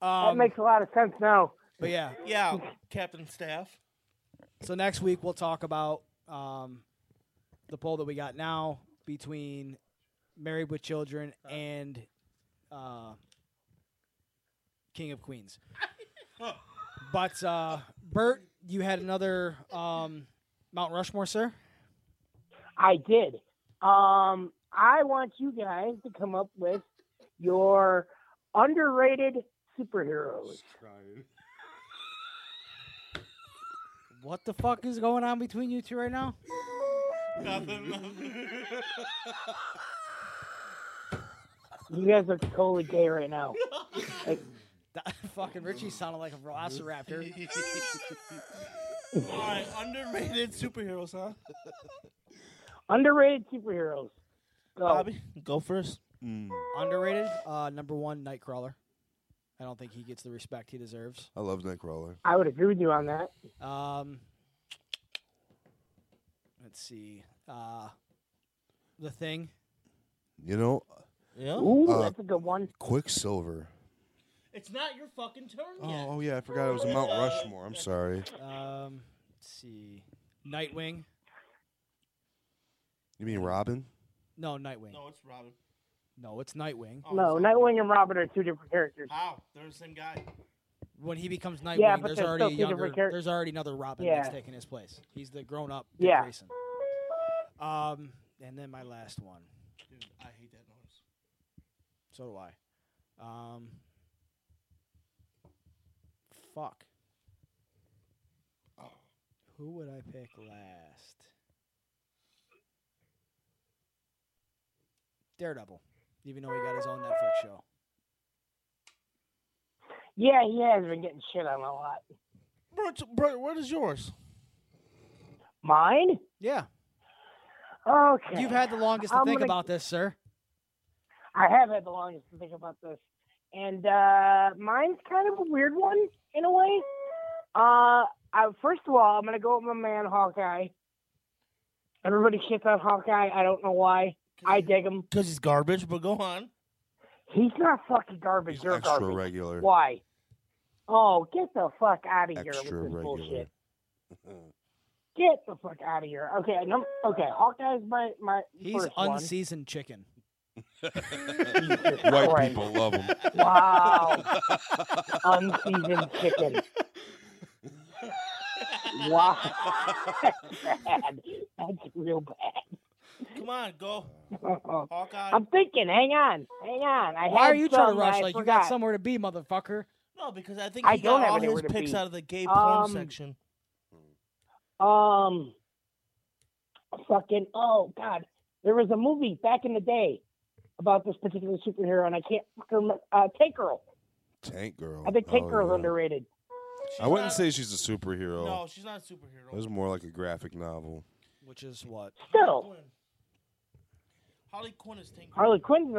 Speaker 5: that
Speaker 4: Um,
Speaker 5: makes a lot of sense now.
Speaker 4: but yeah.
Speaker 3: Yeah, Captain Staff.
Speaker 4: So next week we'll talk about um, the poll that we got now between Married with Children and uh, King of Queens. but uh, Bert, you had another um, Mount Rushmore, sir.
Speaker 5: I did. Um, I want you guys to come up with your underrated superheroes.
Speaker 4: What the fuck is going on between you two right now?
Speaker 5: You guys are totally gay right now.
Speaker 4: That, fucking Richie sounded like a velociraptor.
Speaker 3: All right, underrated superheroes, huh?
Speaker 5: Underrated superheroes. Go.
Speaker 3: Bobby, go first.
Speaker 2: Mm,
Speaker 4: Underrated. Uh, number one, Nightcrawler. I don't think he gets the respect he deserves.
Speaker 2: I love Nightcrawler.
Speaker 5: I would agree with you on that.
Speaker 4: Um, let's see. Uh, the thing.
Speaker 2: You know,
Speaker 3: Yeah.
Speaker 5: Ooh,
Speaker 2: Uh,
Speaker 5: that's a good one.
Speaker 2: Quicksilver.
Speaker 3: It's not your fucking turn
Speaker 2: Oh, oh yeah, I forgot it was a Mount Rushmore. I'm sorry.
Speaker 4: Um, let's see. Nightwing.
Speaker 2: You mean Robin?
Speaker 4: No, Nightwing.
Speaker 3: No, it's Robin.
Speaker 4: No, it's Nightwing.
Speaker 3: Oh,
Speaker 5: No,
Speaker 3: sorry.
Speaker 5: Nightwing and Robin are two different characters.
Speaker 3: How? They're the same guy.
Speaker 4: When he becomes Nightwing,
Speaker 5: Yeah, but
Speaker 4: there's
Speaker 5: they're
Speaker 4: already a
Speaker 5: still two different
Speaker 4: younger.
Speaker 5: charac-
Speaker 4: There's already another Robin
Speaker 5: Yeah.
Speaker 4: that's taking his place. He's the grown-up Dick
Speaker 5: Yeah.
Speaker 4: Grayson. Um, and then my last one.
Speaker 3: Dude, I hate that noise.
Speaker 4: So do I. Um, fuck. Who would I pick last? Daredevil, even though he got his own Netflix show.
Speaker 5: Yeah, he has been getting shit on a lot.
Speaker 3: Bro, it's- bro, what is yours?
Speaker 5: Mine?
Speaker 4: Yeah,
Speaker 5: Okay.
Speaker 4: you've had the longest to
Speaker 5: I'm
Speaker 4: think
Speaker 5: gonna-
Speaker 4: about this, sir.
Speaker 5: I have had the longest to think about this. And uh, mine's kind of a weird one in a way. Uh, I, first of all, I'm going to go with my man, Hawkeye. Everybody shits on Hawkeye. I don't know why. I dig him.
Speaker 3: Because he's garbage, but go on.
Speaker 5: He's not fucking garbage.
Speaker 2: He's
Speaker 5: You're
Speaker 2: extra
Speaker 5: garbage.
Speaker 2: regular.
Speaker 5: Why? Oh, get the fuck out of here with this
Speaker 2: Extra regular.
Speaker 5: bullshit. Get the fuck out of here. Okay, num- okay. Hawkeye's my my
Speaker 4: He's
Speaker 5: first one.
Speaker 4: unseasoned chicken.
Speaker 5: Jesus
Speaker 2: White
Speaker 5: Christ.
Speaker 2: people love him.
Speaker 5: Wow. Unseasoned chicken. Wow. That's bad. That's real bad.
Speaker 3: Come on, go. Hawkeye.
Speaker 5: I'm thinking, hang on, hang on. I
Speaker 4: Why
Speaker 5: had
Speaker 4: are you trying
Speaker 5: some,
Speaker 4: to rush?
Speaker 5: I
Speaker 4: Like you
Speaker 5: forgot.
Speaker 4: got somewhere to be, motherfucker.
Speaker 3: no, because I think
Speaker 5: I
Speaker 3: he
Speaker 5: don't
Speaker 3: got
Speaker 5: have
Speaker 3: all
Speaker 5: anywhere
Speaker 3: his
Speaker 5: to
Speaker 3: picks
Speaker 5: be.
Speaker 3: out of the gay porn
Speaker 5: Um,
Speaker 3: section.
Speaker 5: Um, fucking oh god, there was a movie back in the day about this particular superhero, and I can't fucking remember. Uh, Tank Girl.
Speaker 2: Tank girl.
Speaker 5: I think Tank
Speaker 2: Oh,
Speaker 5: Girl's
Speaker 2: yeah.
Speaker 5: underrated.
Speaker 2: I wouldn't
Speaker 3: not-
Speaker 2: say she's a superhero.
Speaker 3: No, she's not a superhero.
Speaker 2: It was more like a graphic novel.
Speaker 4: Which is what?
Speaker 5: Still,
Speaker 3: Quinn. Harley Quinn is Tank.
Speaker 5: Harley Quinn's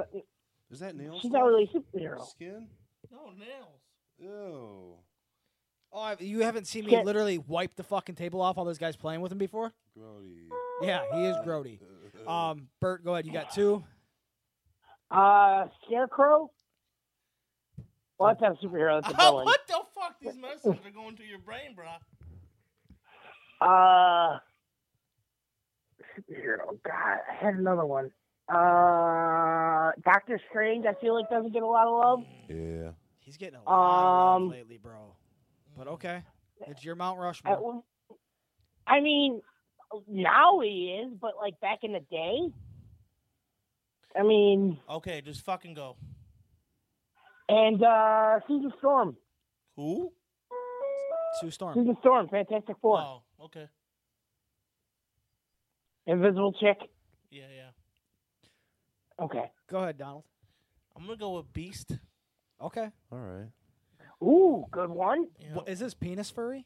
Speaker 2: Is that nails?
Speaker 5: she's not really a superhero.
Speaker 2: Skin?
Speaker 3: No nails.
Speaker 2: Ew.
Speaker 4: Oh, I- you haven't seen me
Speaker 5: Shit.
Speaker 4: literally wipe the fucking table off while this guy's playing with him before.
Speaker 2: Grody.
Speaker 4: Yeah, he is grody. Um, Bert, go ahead. You got two.
Speaker 5: Uh, Scarecrow. Well, that's not a superhero. That's a villain.
Speaker 3: what the fuck? These messages are going to your brain, bro.
Speaker 5: Uh, superhero. God, I had another one. Uh, Doctor Strange. I feel like doesn't get a lot of love.
Speaker 2: Yeah.
Speaker 4: He's getting a lot of
Speaker 5: Um,
Speaker 4: love lately, bro. But okay, it's your Mount
Speaker 5: I,
Speaker 4: Rushmore.
Speaker 5: I mean, now he is, but like back in the day. I mean,
Speaker 3: Okay, just fucking go.
Speaker 5: and uh, Susan Storm.
Speaker 3: Who?
Speaker 4: Sue Storm.
Speaker 5: Susan Storm, Fantastic Four,
Speaker 3: Oh, okay.
Speaker 5: Invisible Chick.
Speaker 3: Yeah, yeah.
Speaker 5: Okay.
Speaker 4: Go ahead, Donald.
Speaker 3: I'm gonna go with Beast.
Speaker 4: Okay.
Speaker 2: All right.
Speaker 5: Ooh, good one.
Speaker 3: You know,
Speaker 4: Wha- Is this penis furry,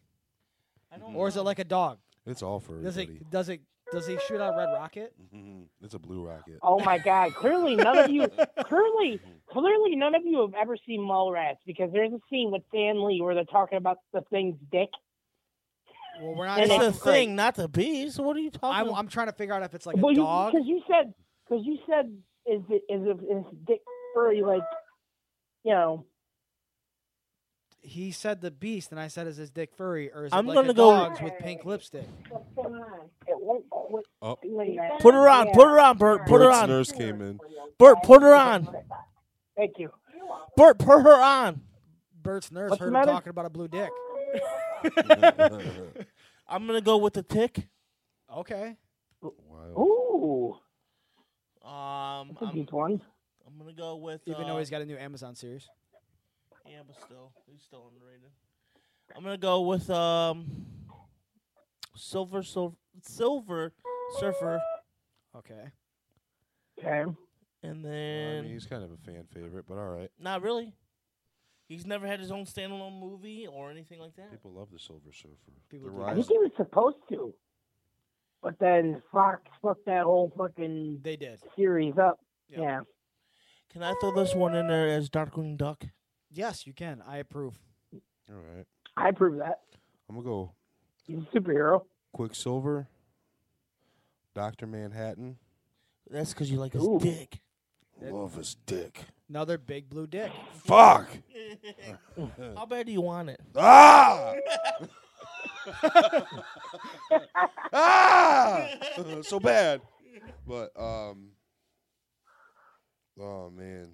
Speaker 3: I don't
Speaker 4: or is it
Speaker 3: know.
Speaker 4: like a dog?
Speaker 2: It's all for
Speaker 4: Does
Speaker 2: everybody.
Speaker 4: it? Does it? Does he shoot out red rocket?
Speaker 2: it's a blue rocket.
Speaker 5: Oh my God! Clearly, none of you, clearly, clearly, none of you have ever seen Mallrats because there's a scene with Stan Lee where they're talking about the thing's dick.
Speaker 4: Well, we're
Speaker 5: It's a
Speaker 4: not.
Speaker 3: It's
Speaker 4: talking-
Speaker 3: the
Speaker 5: great.
Speaker 3: thing, not the beast. What are you talking
Speaker 4: I'm,
Speaker 3: about?
Speaker 4: I'm trying to figure out if it's like a
Speaker 5: well,
Speaker 4: dog.
Speaker 5: because you, said, because you said, is it is it is dick furry like, you know?
Speaker 4: he said the beast, and I said, "Is his dick furry, or is it
Speaker 3: I'm
Speaker 4: like
Speaker 3: gonna
Speaker 4: a
Speaker 3: go-
Speaker 4: dog's with pink lipstick?"
Speaker 5: It won't quit.
Speaker 2: Up.
Speaker 3: Put her on. Put her on, Bert. Put her
Speaker 2: Bert's
Speaker 3: on.
Speaker 2: nurse came in.
Speaker 3: Bert, put her on.
Speaker 5: Thank you.
Speaker 3: Bert, put her on.
Speaker 4: Bert's nurse
Speaker 5: What's the
Speaker 4: heard him
Speaker 5: matter?
Speaker 4: talking about a blue dick.
Speaker 3: I'm gonna go with the tick.
Speaker 4: Okay.
Speaker 2: Wow.
Speaker 5: Ooh,
Speaker 3: Um,
Speaker 5: that's a
Speaker 3: I'm,
Speaker 5: deep one.
Speaker 3: I'm gonna go with.
Speaker 4: Even
Speaker 3: uh,
Speaker 4: though he's got a new Amazon series.
Speaker 3: Yeah, but still, he's still underrated. I'm gonna go with um, silver, silver, silver surfer,
Speaker 4: Okay.
Speaker 5: Okay.
Speaker 3: and
Speaker 2: I
Speaker 3: then
Speaker 2: mean, he's kind of a fan favorite, but all right.
Speaker 3: not really. He's never had his own standalone movie or anything like that.
Speaker 2: People love the Silver Surfer.
Speaker 4: People
Speaker 2: the
Speaker 4: do.
Speaker 5: I
Speaker 2: rise,
Speaker 5: think he was supposed to, but then Fox fucked that whole fucking
Speaker 4: They did.
Speaker 5: series up.
Speaker 4: Yeah.
Speaker 5: Yeah.
Speaker 3: Can I throw this one in there as Darkwing Duck?
Speaker 4: Yes, you can. I approve.
Speaker 2: All right.
Speaker 5: I approve that.
Speaker 2: I'm going to go
Speaker 5: He's a superhero.
Speaker 2: Quicksilver, Dr. Manhattan.
Speaker 3: That's because you like his
Speaker 5: Ooh.
Speaker 3: dick.
Speaker 2: Love his dick.
Speaker 4: Another big blue dick.
Speaker 2: Fuck!
Speaker 3: How bad do you want it?
Speaker 2: Ah! ah! so bad. But um Oh man.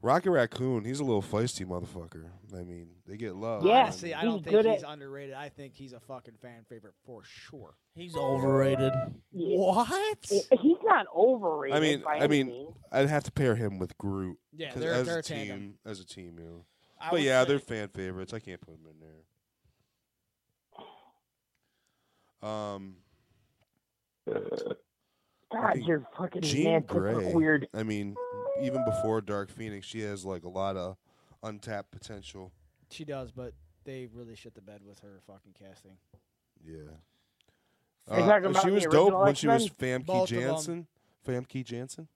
Speaker 2: Rocket Raccoon, he's a little feisty motherfucker. I mean, they get love.
Speaker 5: Yeah.
Speaker 2: man.
Speaker 4: See, I
Speaker 5: he's
Speaker 4: don't think
Speaker 5: good at-
Speaker 4: he's underrated. I think he's a fucking fan favorite for sure.
Speaker 3: He's overrated.
Speaker 5: Yeah.
Speaker 4: What?
Speaker 5: He's not overrated.
Speaker 2: I mean-
Speaker 5: by
Speaker 2: I
Speaker 5: any
Speaker 2: mean,
Speaker 5: means.
Speaker 2: I'd have to pair him with Groot
Speaker 4: Yeah,
Speaker 2: 'cause
Speaker 4: they're,
Speaker 2: as
Speaker 4: they're
Speaker 2: a
Speaker 4: a tandem.
Speaker 2: team, as a team, you know.
Speaker 3: I
Speaker 2: but
Speaker 3: would
Speaker 2: yeah,
Speaker 3: say-
Speaker 2: they're fan favorites. I can't put them in there. Um, I
Speaker 5: God,
Speaker 2: think
Speaker 5: you're fucking
Speaker 2: Jean
Speaker 5: romantic,
Speaker 2: Grey.
Speaker 5: weird.
Speaker 2: I mean, even before Dark Phoenix, she has like a lot of untapped potential.
Speaker 4: She does, but they really shit the bed with her fucking casting.
Speaker 2: Yeah.
Speaker 5: Are you talking about
Speaker 2: Uh, she
Speaker 5: the
Speaker 2: was dope
Speaker 5: original
Speaker 2: when she was Famke
Speaker 4: Both of 'em.
Speaker 2: Jansen. Famke Jansen.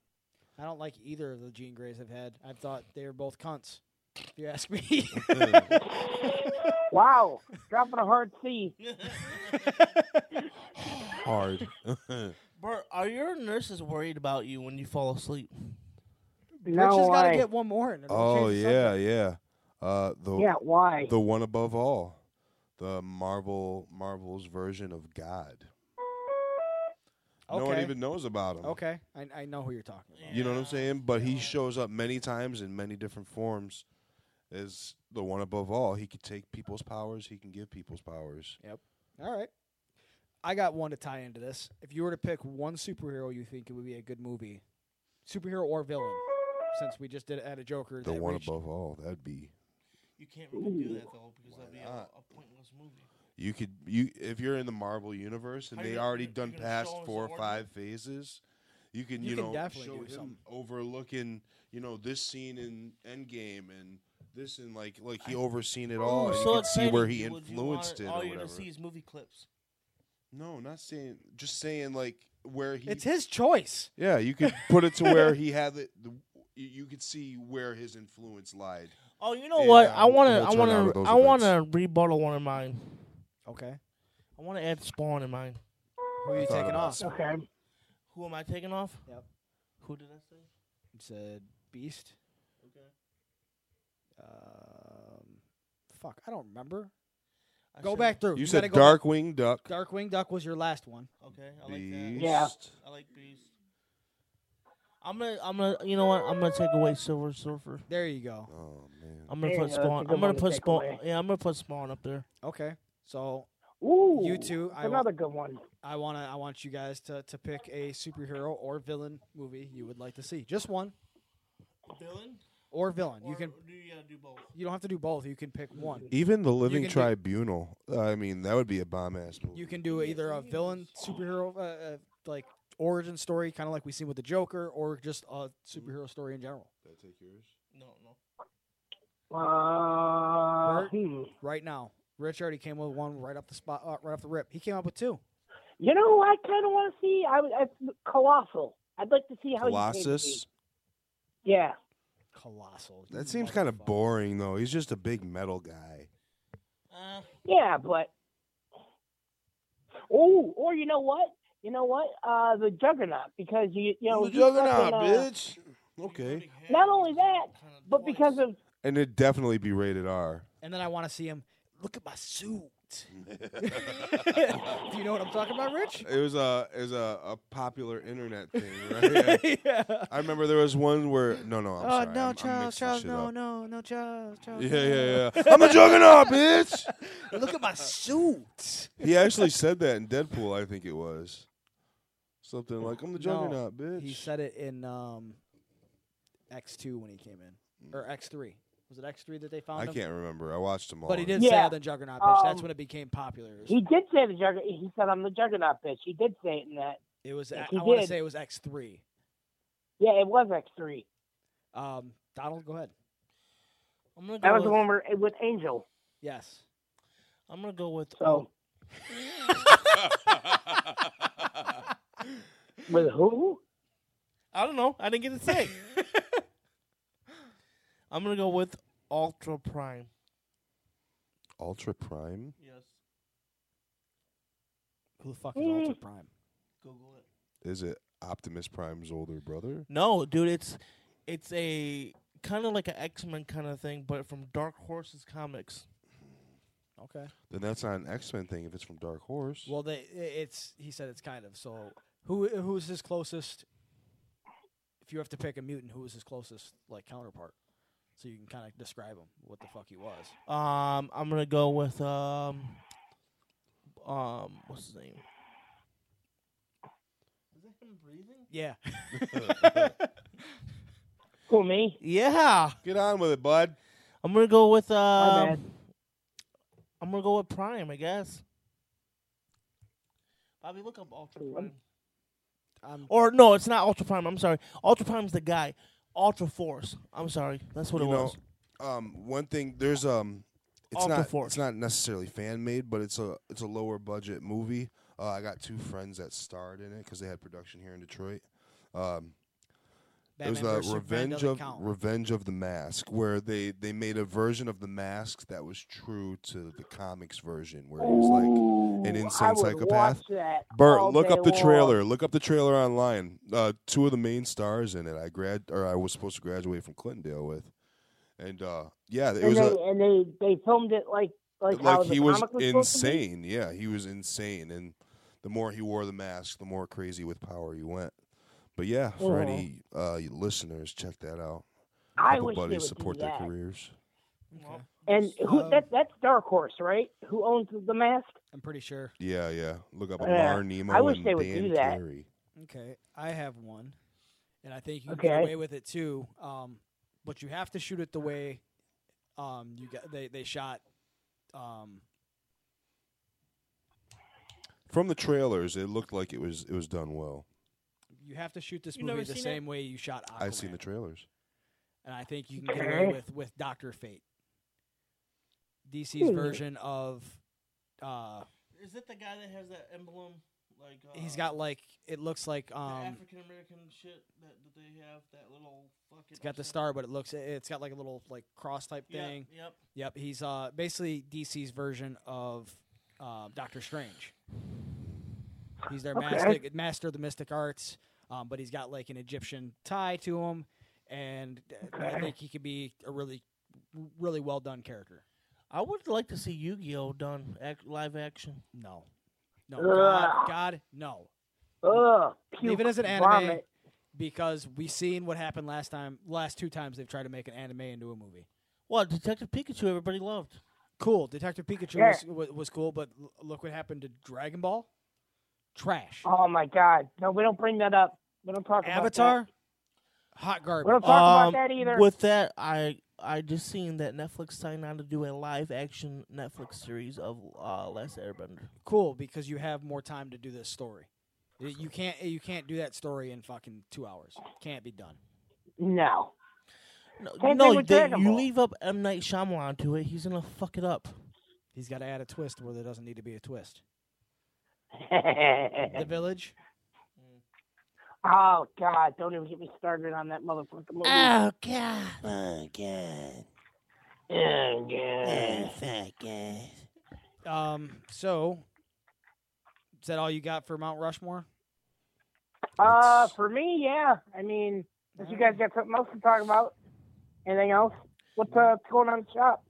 Speaker 4: I don't like either of the Jean Greys I've had. I thought they were both cunts. If you ask me.
Speaker 5: Wow, dropping a hard C.
Speaker 2: Hard.
Speaker 3: Bert, are your nurses worried about you when you fall asleep?
Speaker 4: Rich
Speaker 5: No
Speaker 4: has got to
Speaker 5: why?
Speaker 4: get one more. In
Speaker 2: oh yeah, yeah. Uh, the
Speaker 5: yeah, why?
Speaker 2: the one above all, the Marvel Marvel's version of God. No one
Speaker 4: Okay.
Speaker 2: even knows about him.
Speaker 4: Okay, I, I know who you're talking about.
Speaker 2: You know what I'm saying? But he shows up many times in many different forms as the one above all. He can take people's powers, he can give people's powers.
Speaker 4: All right. I got one to tie into this. If you were to pick one superhero you think it would be a good movie, superhero or villain, since we just did it at a Joker.
Speaker 2: The
Speaker 4: that
Speaker 2: one
Speaker 4: reached-
Speaker 2: above all, that'd be
Speaker 3: You can't really do that though because that'd be a,
Speaker 2: not?
Speaker 3: a pointless movie.
Speaker 2: you could you if you're in the Marvel universe and
Speaker 3: How you
Speaker 2: they
Speaker 3: gonna-
Speaker 2: already
Speaker 3: you're
Speaker 2: done
Speaker 3: gonna
Speaker 2: past
Speaker 3: show us
Speaker 2: four
Speaker 3: the
Speaker 2: or
Speaker 3: order?
Speaker 2: five phases, you can
Speaker 4: You
Speaker 2: you,
Speaker 4: can
Speaker 2: know
Speaker 4: definitely
Speaker 2: show
Speaker 4: do
Speaker 2: him
Speaker 4: something.
Speaker 2: overlooking you know this scene in Endgame and this and like like he overseen
Speaker 3: Oh,
Speaker 2: it all. and Oh, you can see where he influenced it
Speaker 3: All
Speaker 2: or
Speaker 3: you're gonna
Speaker 2: whatever.
Speaker 3: see is movie clips.
Speaker 2: No, not saying just saying like where he
Speaker 4: It's his choice.
Speaker 2: Yeah, you could put it to where he had it. The, you- you could see where his influence lied.
Speaker 3: Oh, you know
Speaker 2: Yeah,
Speaker 3: what? I
Speaker 2: we'll-
Speaker 3: wanna,
Speaker 2: we'll turn
Speaker 3: I
Speaker 2: out
Speaker 3: wanna,
Speaker 2: with those
Speaker 3: I wanna rebuttal one of mine.
Speaker 4: Okay.
Speaker 3: I wanna add Spawn in mine.
Speaker 4: Who are you
Speaker 2: thought
Speaker 4: taking
Speaker 2: about
Speaker 4: off?
Speaker 2: that.
Speaker 5: okay.
Speaker 3: Who am I taking off?
Speaker 4: Yep.
Speaker 3: Who did I say?
Speaker 4: It's a beast.
Speaker 3: Okay.
Speaker 4: Um, fuck, I don't remember.
Speaker 3: I
Speaker 4: Go
Speaker 3: said-
Speaker 4: back through.
Speaker 2: You,
Speaker 4: You gotta
Speaker 2: said
Speaker 4: go back-
Speaker 2: Darkwing Duck.
Speaker 4: Darkwing Duck was your last one.
Speaker 3: Okay, I like that.
Speaker 2: Beast.
Speaker 5: Yeah.
Speaker 3: I like Beast. I'm gonna, I'm gonna, you know what? I'm gonna take away Silver Surfer.
Speaker 4: There you go.
Speaker 2: Oh man.
Speaker 3: I'm gonna
Speaker 5: There uh, you
Speaker 3: put
Speaker 5: go, that's
Speaker 3: Spawn.
Speaker 5: a good
Speaker 3: I'm gonna
Speaker 5: one to
Speaker 3: put
Speaker 5: take
Speaker 3: Spawn.
Speaker 5: away.
Speaker 3: Yeah, I'm gonna put Spawn up there.
Speaker 4: Okay. So
Speaker 5: Ooh,
Speaker 4: You two,
Speaker 5: that's
Speaker 4: I wa-
Speaker 5: another good one.
Speaker 4: I want to I want you guys to, to pick a superhero or villain movie you would like to see. Just one
Speaker 3: Villain?
Speaker 4: or villain. You can
Speaker 3: do you gotta do both?
Speaker 4: you don't have to do both. You can pick one.
Speaker 2: Even the Living
Speaker 4: can do-
Speaker 2: Tribunal. I mean, that would be a bomb ass movie.
Speaker 4: You can do either a villain superhero uh, uh, like origin story kind of like we seen with the Joker or just a superhero story in general.
Speaker 2: Did I take yours?
Speaker 3: No, no.
Speaker 5: Uh,
Speaker 4: Bert?
Speaker 5: hmm.
Speaker 4: Right now, Rich already came with one right up the spot uh, right off the rip. He came up with two.
Speaker 5: You know, who I kind of want to see. I, would- it's colossal. I'd like to see how He came to
Speaker 2: Colossus.
Speaker 5: be. yeah,
Speaker 4: Colossal. you
Speaker 2: That seems kind of
Speaker 4: motherfucker.
Speaker 2: boring though. He's just a big metal guy.
Speaker 3: Uh,
Speaker 5: yeah, but oh, or you know what? You know what? Uh, the Juggernaut, because you you know he's fucking, uh,
Speaker 2: bitch. Okay.
Speaker 5: Not only that, but because of
Speaker 2: And it'd definitely be rated R.
Speaker 4: And then I want to see him. Look at my suit. Do you know what I'm talking about, Rich?
Speaker 2: It was a it was a, a popular internet thing, right?
Speaker 4: yeah.
Speaker 2: I remember there was one where no no I'm
Speaker 4: Oh
Speaker 2: sorry,
Speaker 4: no,
Speaker 2: I'm, I'm
Speaker 4: Charles,
Speaker 2: mixing
Speaker 4: Charles,
Speaker 2: shit
Speaker 4: no,
Speaker 2: up.
Speaker 4: no, no, Charles, Charles.
Speaker 2: Yeah, yeah, yeah. I'm a juggernaut, bitch.
Speaker 4: yeah. Look at my suit.
Speaker 2: He actually said that in Deadpool, I think it was. Something like, I'm the juggernaut, bitch.
Speaker 4: He said it in um, X two when he came in, or X three. Was it X three that they found
Speaker 2: I
Speaker 4: him?
Speaker 2: can't remember. I watched them all.
Speaker 4: But he did
Speaker 5: Yeah.
Speaker 4: say the Juggernaut bitch. That's
Speaker 5: Um,
Speaker 4: when it became popular.
Speaker 5: he did say the Juggernaut. He said I'm the Juggernaut bitch. He did say it in that.
Speaker 4: It was.
Speaker 5: yeah,
Speaker 4: I-
Speaker 5: he
Speaker 4: I want to
Speaker 5: did.
Speaker 4: say it was X three.
Speaker 5: Yeah, it was X three.
Speaker 4: Um, Donald, go ahead.
Speaker 3: I'm gonna go.
Speaker 5: That was
Speaker 3: with,
Speaker 5: the one where, with Angel.
Speaker 4: Yes.
Speaker 3: I'm gonna go with.
Speaker 5: So with who?
Speaker 3: I don't know. I didn't get to say. I'm gonna go with Ultra Prime.
Speaker 2: Ultra Prime?
Speaker 3: Yes.
Speaker 4: Who the
Speaker 5: Mm.
Speaker 4: fuck is Ultra Prime?
Speaker 3: Google it.
Speaker 2: Is it Optimus Prime's older brother?
Speaker 3: No, dude, it's it's a kind of like an X Men kind of thing, but from Dark Horses comics.
Speaker 4: Okay.
Speaker 2: Then that's not an X Men thing if it's from Dark Horse.
Speaker 4: Well, they i- it's he said it's kind of so. Who who's his closest you have to pick a mutant, who was his closest like counterpart? So you can kind of describe him, what the fuck he was.
Speaker 3: Um, I'm gonna go with um, um, what's his name? Is that him breathing?
Speaker 4: Yeah.
Speaker 5: Who me?
Speaker 3: Yeah,
Speaker 2: Get on with it, bud.
Speaker 3: I'm gonna go with
Speaker 5: My bad.
Speaker 3: um, I'm gonna go with Prime, I guess. Bobby, look up Ultra
Speaker 5: Ooh, I'm-
Speaker 3: Prime.
Speaker 4: I'm,
Speaker 3: Or no, it's not Ultra Prime. I'm sorry. Ultra Prime's the guy. Ultra Force. I'm sorry. That's what
Speaker 2: You
Speaker 3: it
Speaker 2: know,
Speaker 3: was.
Speaker 2: Um, one thing there's um, it's
Speaker 3: Ultra
Speaker 2: not
Speaker 3: Force.
Speaker 2: it's not necessarily fan made, but it's a it's a lower budget movie. Uh, I got two friends that starred in it because they had production here in Detroit. Um,
Speaker 4: Batman
Speaker 2: it was
Speaker 4: versus
Speaker 2: the
Speaker 4: Superman
Speaker 2: Revenge
Speaker 4: doesn't
Speaker 2: of
Speaker 4: count.
Speaker 2: Revenge of the Mask, where they they made a version of the mask that was true to the comics version, where it was
Speaker 5: Ooh,
Speaker 2: an insane
Speaker 5: I would
Speaker 2: psychopath.
Speaker 5: watch that
Speaker 2: like, Bert,
Speaker 5: all
Speaker 2: look
Speaker 5: day
Speaker 2: up the
Speaker 5: long.
Speaker 2: trailer. Look up the trailer online. Uh, two of the main stars in it. I grad or I was supposed to graduate from Clintondale with, and uh, yeah, it
Speaker 5: and
Speaker 2: was
Speaker 5: they
Speaker 2: a,
Speaker 5: and they they filmed it like like,
Speaker 2: like,
Speaker 5: how the
Speaker 2: he was
Speaker 5: comic supposed to be.
Speaker 2: insane. Yeah, he was insane, and the more he wore the mask, the more crazy with power he went. But yeah, for
Speaker 5: Aw.
Speaker 2: any uh, listeners, check that out.
Speaker 5: I
Speaker 2: Couple
Speaker 5: wish they
Speaker 2: buddies
Speaker 5: would
Speaker 2: support
Speaker 5: do
Speaker 2: their
Speaker 5: that.
Speaker 2: careers.
Speaker 3: Well,
Speaker 5: And who
Speaker 4: Um,
Speaker 5: that that's Dark Horse, right? Who owns the mask?
Speaker 4: I'm pretty sure.
Speaker 2: Yeah, yeah. Look up
Speaker 5: Yeah.
Speaker 2: Amar Nemo
Speaker 5: I wish
Speaker 2: and
Speaker 5: they would
Speaker 2: Dan
Speaker 5: do that.
Speaker 2: Carey.
Speaker 4: Okay, I have one, and I think you can get
Speaker 5: Okay.
Speaker 4: away with it too. Um, but you have to shoot it the way um, you got they they shot. Um,
Speaker 2: From the trailers, it looked like it was it was done well.
Speaker 4: you have to shoot this
Speaker 3: You
Speaker 4: movie
Speaker 3: never
Speaker 4: the
Speaker 3: seen
Speaker 4: same way you shot Aquaman.
Speaker 2: I've seen the trailers.
Speaker 4: and I think you can get away
Speaker 5: Okay.
Speaker 4: with with Doctor Fate. DC's
Speaker 5: Hmm.
Speaker 4: version of uh,
Speaker 3: Is it the guy that has that emblem? Like uh,
Speaker 4: he's got like it looks like
Speaker 3: the
Speaker 4: um,
Speaker 3: African American shit that, that they have. That little fucking.
Speaker 4: it's got the star, but it looks it's got like a little like cross type
Speaker 3: Yeah,
Speaker 4: thing.
Speaker 3: Yep.
Speaker 4: Yep, he's uh basically DC's version of uh, Doctor Strange. He's their
Speaker 5: Okay.
Speaker 4: master, master of the mystic arts, um, but he's got like an Egyptian tie to him, and uh, I
Speaker 5: Okay.
Speaker 4: think he could be a really, really well done character.
Speaker 3: I would like to see Yu-Gi-Oh done act, live action.
Speaker 4: No, no, God,
Speaker 5: Ugh.
Speaker 4: God, no.
Speaker 5: Ugh.
Speaker 4: Leave it
Speaker 5: puke,
Speaker 4: as an anime
Speaker 5: vomit.
Speaker 4: because we seen what happened last time. Last two times they've tried to make an anime into a movie.
Speaker 3: Well, Detective Pikachu, everybody loved.
Speaker 4: Cool, Detective Pikachu
Speaker 5: Yeah.
Speaker 4: was, was was cool, but l- look what happened to Dragon Ball. Trash.
Speaker 5: Oh my god! No, we don't bring that up. We don't talk
Speaker 4: Avatar, hot
Speaker 5: about that. We don't
Speaker 4: garbage. Oh,
Speaker 5: talk
Speaker 3: Um,
Speaker 5: about that either.
Speaker 3: With that, I I just seen that Netflix signed on to do a live action Netflix series of uh, Last Airbender.
Speaker 4: Cool because you have more time to do this story. Y- You can't you can't do that story in fucking two hours. Can't be done.
Speaker 5: no.
Speaker 3: No,
Speaker 5: thing
Speaker 3: no,
Speaker 5: with
Speaker 3: they-
Speaker 5: Dragon
Speaker 3: you
Speaker 5: Ball.
Speaker 3: leave up M Night Shyamalan to it, he's gonna fuck it up.
Speaker 4: He's got to add a twist where there doesn't need to be a twist. The
Speaker 5: oh
Speaker 4: Village.
Speaker 5: god! Don't even get me started on that motherfucking movie.
Speaker 4: Ah.
Speaker 3: god, oh god,
Speaker 5: Oh, yeah.
Speaker 3: fuck god.
Speaker 4: Um. So, is that all you got for Mount Rushmore?
Speaker 5: Uh, for me, yeah. I mean, if you guys got something else to talk about, anything else? What's uh, going on in the shop?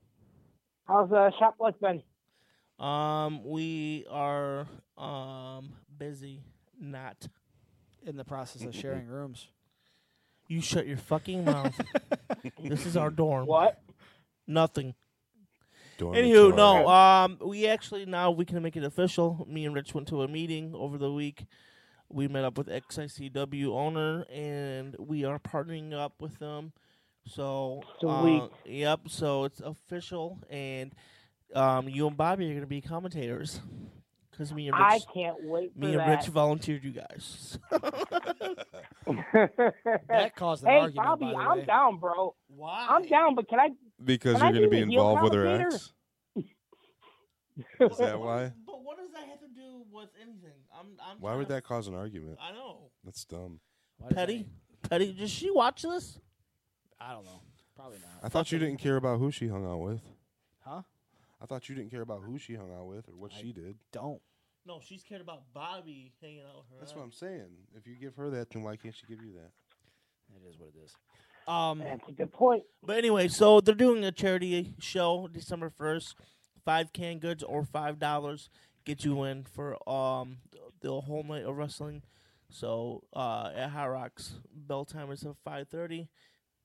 Speaker 5: How's uh, shop life been?
Speaker 3: Um, we are um busy. Not
Speaker 4: In the process of sharing rooms.
Speaker 3: you. Shut your fucking mouth. this is our dorm.
Speaker 5: What?
Speaker 3: Nothing.
Speaker 2: Dormitory.
Speaker 3: Anywho, no. Um, we actually now we can make it official. Me and Rich went to a meeting over the week. We met up with XICW owner, and we are partnering up with them. So, uh,
Speaker 5: Sweet.
Speaker 3: yep. So it's official, and um, you and Bobby are gonna be commentators because me and
Speaker 5: I
Speaker 3: Rich,
Speaker 5: can't wait for
Speaker 3: me and Rich volunteered you guys.
Speaker 5: that.
Speaker 4: That caused an
Speaker 5: hey,
Speaker 4: argument.
Speaker 5: Bobby,
Speaker 4: by the
Speaker 5: I'm
Speaker 4: way.
Speaker 5: down, bro.
Speaker 3: Why?
Speaker 5: I'm down, but can I?
Speaker 2: because
Speaker 5: Can
Speaker 2: you're
Speaker 5: I
Speaker 2: going to
Speaker 5: be
Speaker 2: be
Speaker 5: the heel
Speaker 2: involved with her
Speaker 5: commentator?
Speaker 2: ex. Is that why?
Speaker 3: But what does that have to do with anything? I'm. I'm
Speaker 2: Why
Speaker 3: trying
Speaker 2: would
Speaker 3: to-
Speaker 2: that cause an argument?
Speaker 3: I know.
Speaker 2: That's dumb.
Speaker 4: Why does that
Speaker 3: Petty.
Speaker 4: mean-
Speaker 3: Petty. Does she watch this?
Speaker 4: I don't know. Probably not.
Speaker 2: I thought you didn't care about who she hung out with.
Speaker 4: Huh?
Speaker 2: I thought you didn't care about who she hung out with or what
Speaker 4: I-
Speaker 2: she did.
Speaker 4: Don't.
Speaker 3: No, she's cared about Bobby hanging out with her.
Speaker 2: That's what I'm saying. If you give her that, then why can't she give you that?
Speaker 4: It is what it is. Um.
Speaker 3: Hmm.
Speaker 5: That's a good point.
Speaker 3: But anyway, so they're doing a charity show December first. Five canned goods or five dollars get you in for um the whole night of wrestling. So uh, at High Rocks, bell time is at five thirty.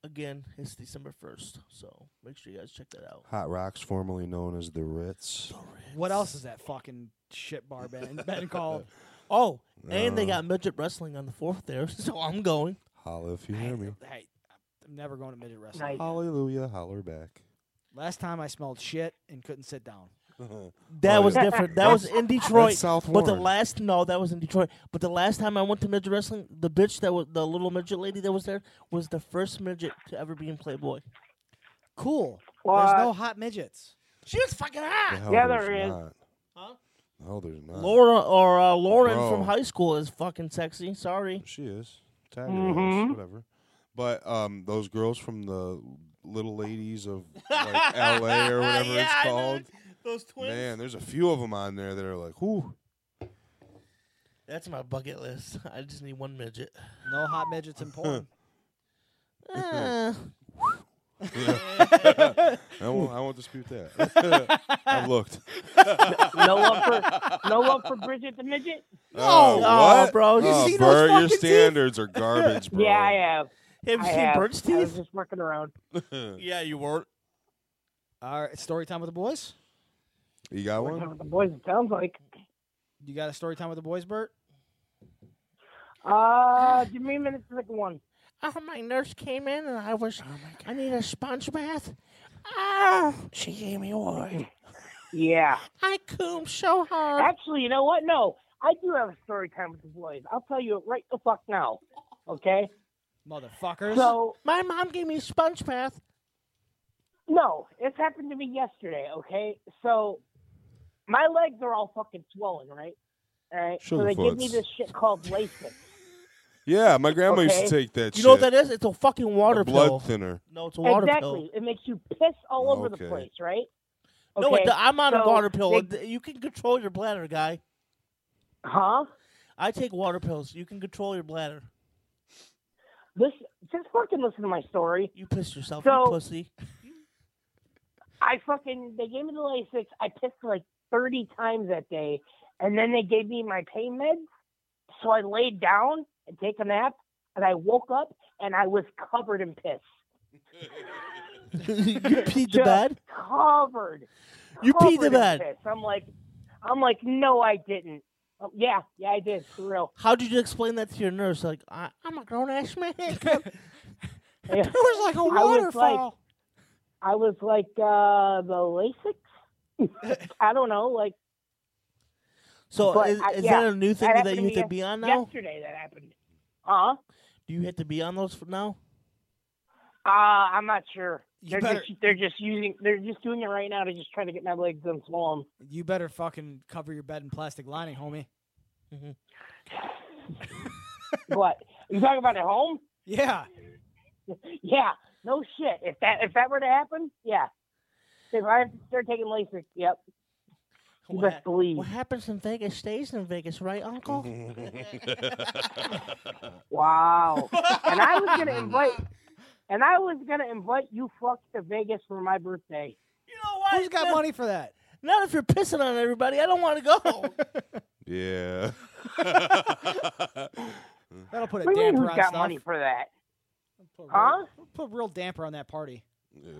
Speaker 3: Again, it's December first, so make sure you guys check that out.
Speaker 2: Hot Rocks, formerly known as the Ritz.
Speaker 4: What else is that fucking shit bar band, band called?
Speaker 3: Oh, and they
Speaker 2: Uh.
Speaker 3: got midget wrestling on the fourth there, so I'm going.
Speaker 2: Holla if you hear me.
Speaker 4: Hey, I'm never going to midget wrestling.
Speaker 5: Nice.
Speaker 2: Hallelujah, holler back.
Speaker 4: Last time I smelled shit and couldn't sit down.
Speaker 3: That
Speaker 2: Oh,
Speaker 3: was
Speaker 2: yeah.
Speaker 3: different. That was in Detroit.
Speaker 2: That's South
Speaker 3: but the
Speaker 2: Warren.
Speaker 3: last no, that was in Detroit. But the last time I went to midget wrestling, the bitch that was the little midget lady that was there was the first midget to ever be in Playboy.
Speaker 4: Cool.
Speaker 5: What?
Speaker 4: There's no hot midgets.
Speaker 3: She was fucking hot.
Speaker 2: The hell
Speaker 5: Yeah,
Speaker 2: there's
Speaker 5: there is.
Speaker 2: not.
Speaker 3: Huh?
Speaker 2: No, there's not.
Speaker 3: Laura or uh, Lauren
Speaker 2: Bro.
Speaker 3: from high school is fucking sexy. Sorry.
Speaker 2: She is. Tag
Speaker 5: Mhm.
Speaker 3: Mm-hmm.
Speaker 2: is, whatever. But um, those girls from the little ladies of like, L.A. or whatever
Speaker 3: Yeah,
Speaker 2: it's
Speaker 3: I know
Speaker 2: called.
Speaker 3: Those twins.
Speaker 2: Man, there's a few of them on there that are like, whoo.
Speaker 3: That's my bucket list. I just need one midget.
Speaker 4: No hot midgets in porn.
Speaker 3: Eh.
Speaker 2: I won't, I won't dispute that. I've looked.
Speaker 5: No love for no love for Bridget the midget.
Speaker 2: No,
Speaker 3: No, bro, you
Speaker 2: Uh, Oh,
Speaker 3: see those
Speaker 2: Bert, your
Speaker 3: fucking teeth?
Speaker 2: standards are garbage, bro.
Speaker 5: Yeah, I have.
Speaker 3: Uh, Have you
Speaker 5: I
Speaker 3: seen
Speaker 5: have.
Speaker 3: Bird's
Speaker 5: I was
Speaker 3: teeth?
Speaker 5: just working around.
Speaker 3: Yeah, you were.
Speaker 4: All right, story time with the boys.
Speaker 2: You got
Speaker 5: Working
Speaker 2: one?
Speaker 5: with the boys. It sounds like.
Speaker 4: You got a story time with the boys, Bert?
Speaker 5: Uh, give me a minute to pick one.
Speaker 3: Oh, my nurse came in and I was. I need a sponge bath. Oh, she gave me one.
Speaker 5: Yeah.
Speaker 3: I coom so hard.
Speaker 5: Actually, you know what? No, I do have a story time with the boys. I'll tell you it right the fuck now. Okay.
Speaker 4: Motherfuckers.
Speaker 5: So
Speaker 3: My mom gave me a sponge bath.
Speaker 5: no, this happened to me yesterday. Okay. So my legs are all fucking swollen, right? All right. so they give me
Speaker 2: Sugarfoots.
Speaker 5: this shit called Lasix.
Speaker 2: Yeah, my grandma used to
Speaker 5: Okay.
Speaker 2: take that
Speaker 3: You
Speaker 2: shit.
Speaker 3: know what that is? It's a fucking water
Speaker 2: A blood
Speaker 3: pill.
Speaker 2: thinner.
Speaker 3: no, it's a water pill.
Speaker 5: Exactly. It makes you piss all over
Speaker 2: Okay.
Speaker 5: the place, right?
Speaker 3: No, it, I'm on a
Speaker 5: so
Speaker 3: water pill.
Speaker 5: they-
Speaker 3: you can control your bladder, guy.
Speaker 5: Huh?
Speaker 3: I take water pills. You can control your bladder.
Speaker 5: This just fucking listen to my story.
Speaker 3: You piss yourself,
Speaker 5: So-
Speaker 3: you pussy.
Speaker 5: I fucking they gave me the Lasix. I pissed like thirty times that day, and then they gave me my pain meds. So I laid down and take a nap, and I woke up and I was covered in piss.
Speaker 3: you peed the
Speaker 5: Just
Speaker 3: bed.
Speaker 5: Covered.
Speaker 3: You
Speaker 5: covered
Speaker 3: peed the
Speaker 5: in
Speaker 3: bed.
Speaker 5: piss. I'm like, I'm like, no, I didn't. Oh, yeah, yeah, I did. For real.
Speaker 3: How did you explain that to your nurse? Like, I, I'm a grown ass man.
Speaker 5: Yeah.
Speaker 4: was like a
Speaker 5: was like- I was like, uh, the Lasix. I don't know, like
Speaker 3: so,
Speaker 5: But,
Speaker 3: is,
Speaker 5: uh,
Speaker 3: is
Speaker 5: yeah,
Speaker 3: that a new thing
Speaker 5: that
Speaker 3: that,
Speaker 5: happened to
Speaker 3: you have
Speaker 5: me
Speaker 3: to be on now?
Speaker 5: yesterday that happened. Huh?
Speaker 3: Do you have to be on those for now?
Speaker 5: Uh, I'm not sure.
Speaker 4: You
Speaker 5: They're
Speaker 4: better-
Speaker 5: just they're just using they're just doing it right now to just try to get my legs unswollen.
Speaker 4: You better fucking cover your bed in plastic lining, homie.
Speaker 5: But you talking about at home?
Speaker 4: Yeah.
Speaker 5: Yeah, no shit. If that if that were to happen, yeah. If I have to start taking LASIK, yep. You
Speaker 3: What-
Speaker 5: best believe.
Speaker 3: What happens in Vegas stays in Vegas, right, Uncle?
Speaker 2: Mm-hmm.
Speaker 5: Wow. and I was gonna invite and I was gonna invite you fucks to Vegas for my birthday.
Speaker 3: know what?
Speaker 4: Who's got
Speaker 3: Not-
Speaker 4: money for that?
Speaker 3: Not if you're pissing on everybody. I don't want to go.
Speaker 2: Yeah.
Speaker 4: That'll put a
Speaker 5: What do you mean
Speaker 4: damper
Speaker 5: who's
Speaker 4: on
Speaker 5: got
Speaker 4: stuff.
Speaker 5: money for that?
Speaker 4: Put a
Speaker 5: Huh?
Speaker 4: real- Put a real damper on that party.
Speaker 2: Yeah.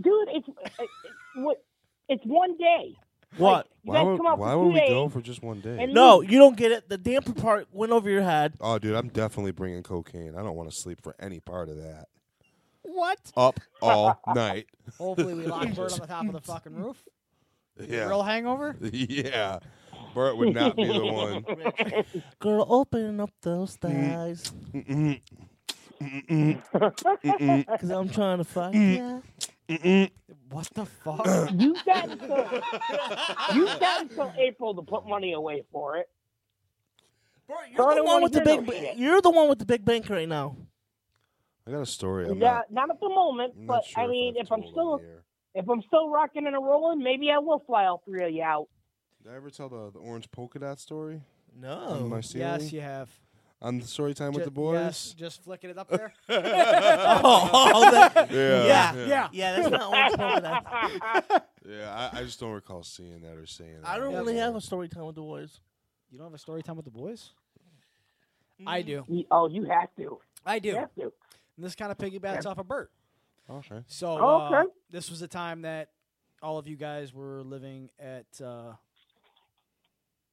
Speaker 5: Dude, it's it- it- what it's one day.
Speaker 3: what?
Speaker 5: You
Speaker 2: Why
Speaker 5: guys
Speaker 2: would,
Speaker 5: come out
Speaker 2: why
Speaker 5: for
Speaker 2: would
Speaker 5: two
Speaker 2: we
Speaker 5: days
Speaker 2: go for just one day?
Speaker 5: and
Speaker 3: No,
Speaker 5: leave.
Speaker 3: you don't get it. The damper part went over your head.
Speaker 2: Oh, dude, I'm definitely bringing cocaine. I don't want to sleep for any part of that.
Speaker 3: What?
Speaker 2: Up all night.
Speaker 4: Hopefully we lock Bert on the top of the fucking roof.
Speaker 2: Yeah.
Speaker 4: Real hangover?
Speaker 2: Yeah. Bert would not be the one.
Speaker 3: Girl, open up
Speaker 2: Mm.
Speaker 3: those thighs.
Speaker 2: Mm-mm.
Speaker 3: Because I'm trying to fuck
Speaker 2: Mm.
Speaker 3: yeah.
Speaker 4: What the fuck?
Speaker 5: You've got until you've got until April to put money away for it.
Speaker 3: You're
Speaker 5: Girl,
Speaker 3: the
Speaker 5: I
Speaker 3: one
Speaker 5: wanna
Speaker 3: with the
Speaker 5: hear
Speaker 3: big.
Speaker 5: no shit.
Speaker 3: You're the one with the big bank right now.
Speaker 2: I got a story. I'm
Speaker 5: Yeah,
Speaker 2: not,
Speaker 5: not at the moment,
Speaker 2: I'm not
Speaker 5: but
Speaker 2: sure
Speaker 5: I mean,
Speaker 2: I've
Speaker 5: if I'm
Speaker 2: told
Speaker 5: still
Speaker 2: on the air.
Speaker 5: if I'm still rocking and rolling, maybe I will fly all three of you out.
Speaker 2: Did I ever tell the, the orange polka dot story? On
Speaker 3: No.
Speaker 2: Oh, my
Speaker 4: yes,
Speaker 2: ceiling?
Speaker 4: you have.
Speaker 2: On the story time with
Speaker 4: Ju-
Speaker 2: the boys?
Speaker 4: yes, just flicking it up there.
Speaker 3: oh, that-
Speaker 2: Yeah.
Speaker 3: yeah,
Speaker 2: Yeah.
Speaker 3: yeah, That's not
Speaker 4: Oh,
Speaker 3: what I'm talking about.
Speaker 2: Yeah, I, I just don't recall seeing that or saying that.
Speaker 3: I don't
Speaker 4: Yeah.
Speaker 3: really have a story time with the boys.
Speaker 4: You don't have a story time with the boys? I do.
Speaker 5: You- Oh, you have to.
Speaker 4: I do.
Speaker 5: You have to.
Speaker 4: And this kind of piggybacks off of Bert.
Speaker 2: Okay.
Speaker 4: So
Speaker 5: Oh,
Speaker 4: uh,
Speaker 5: okay.
Speaker 4: this was a time that all of you guys were living at uh,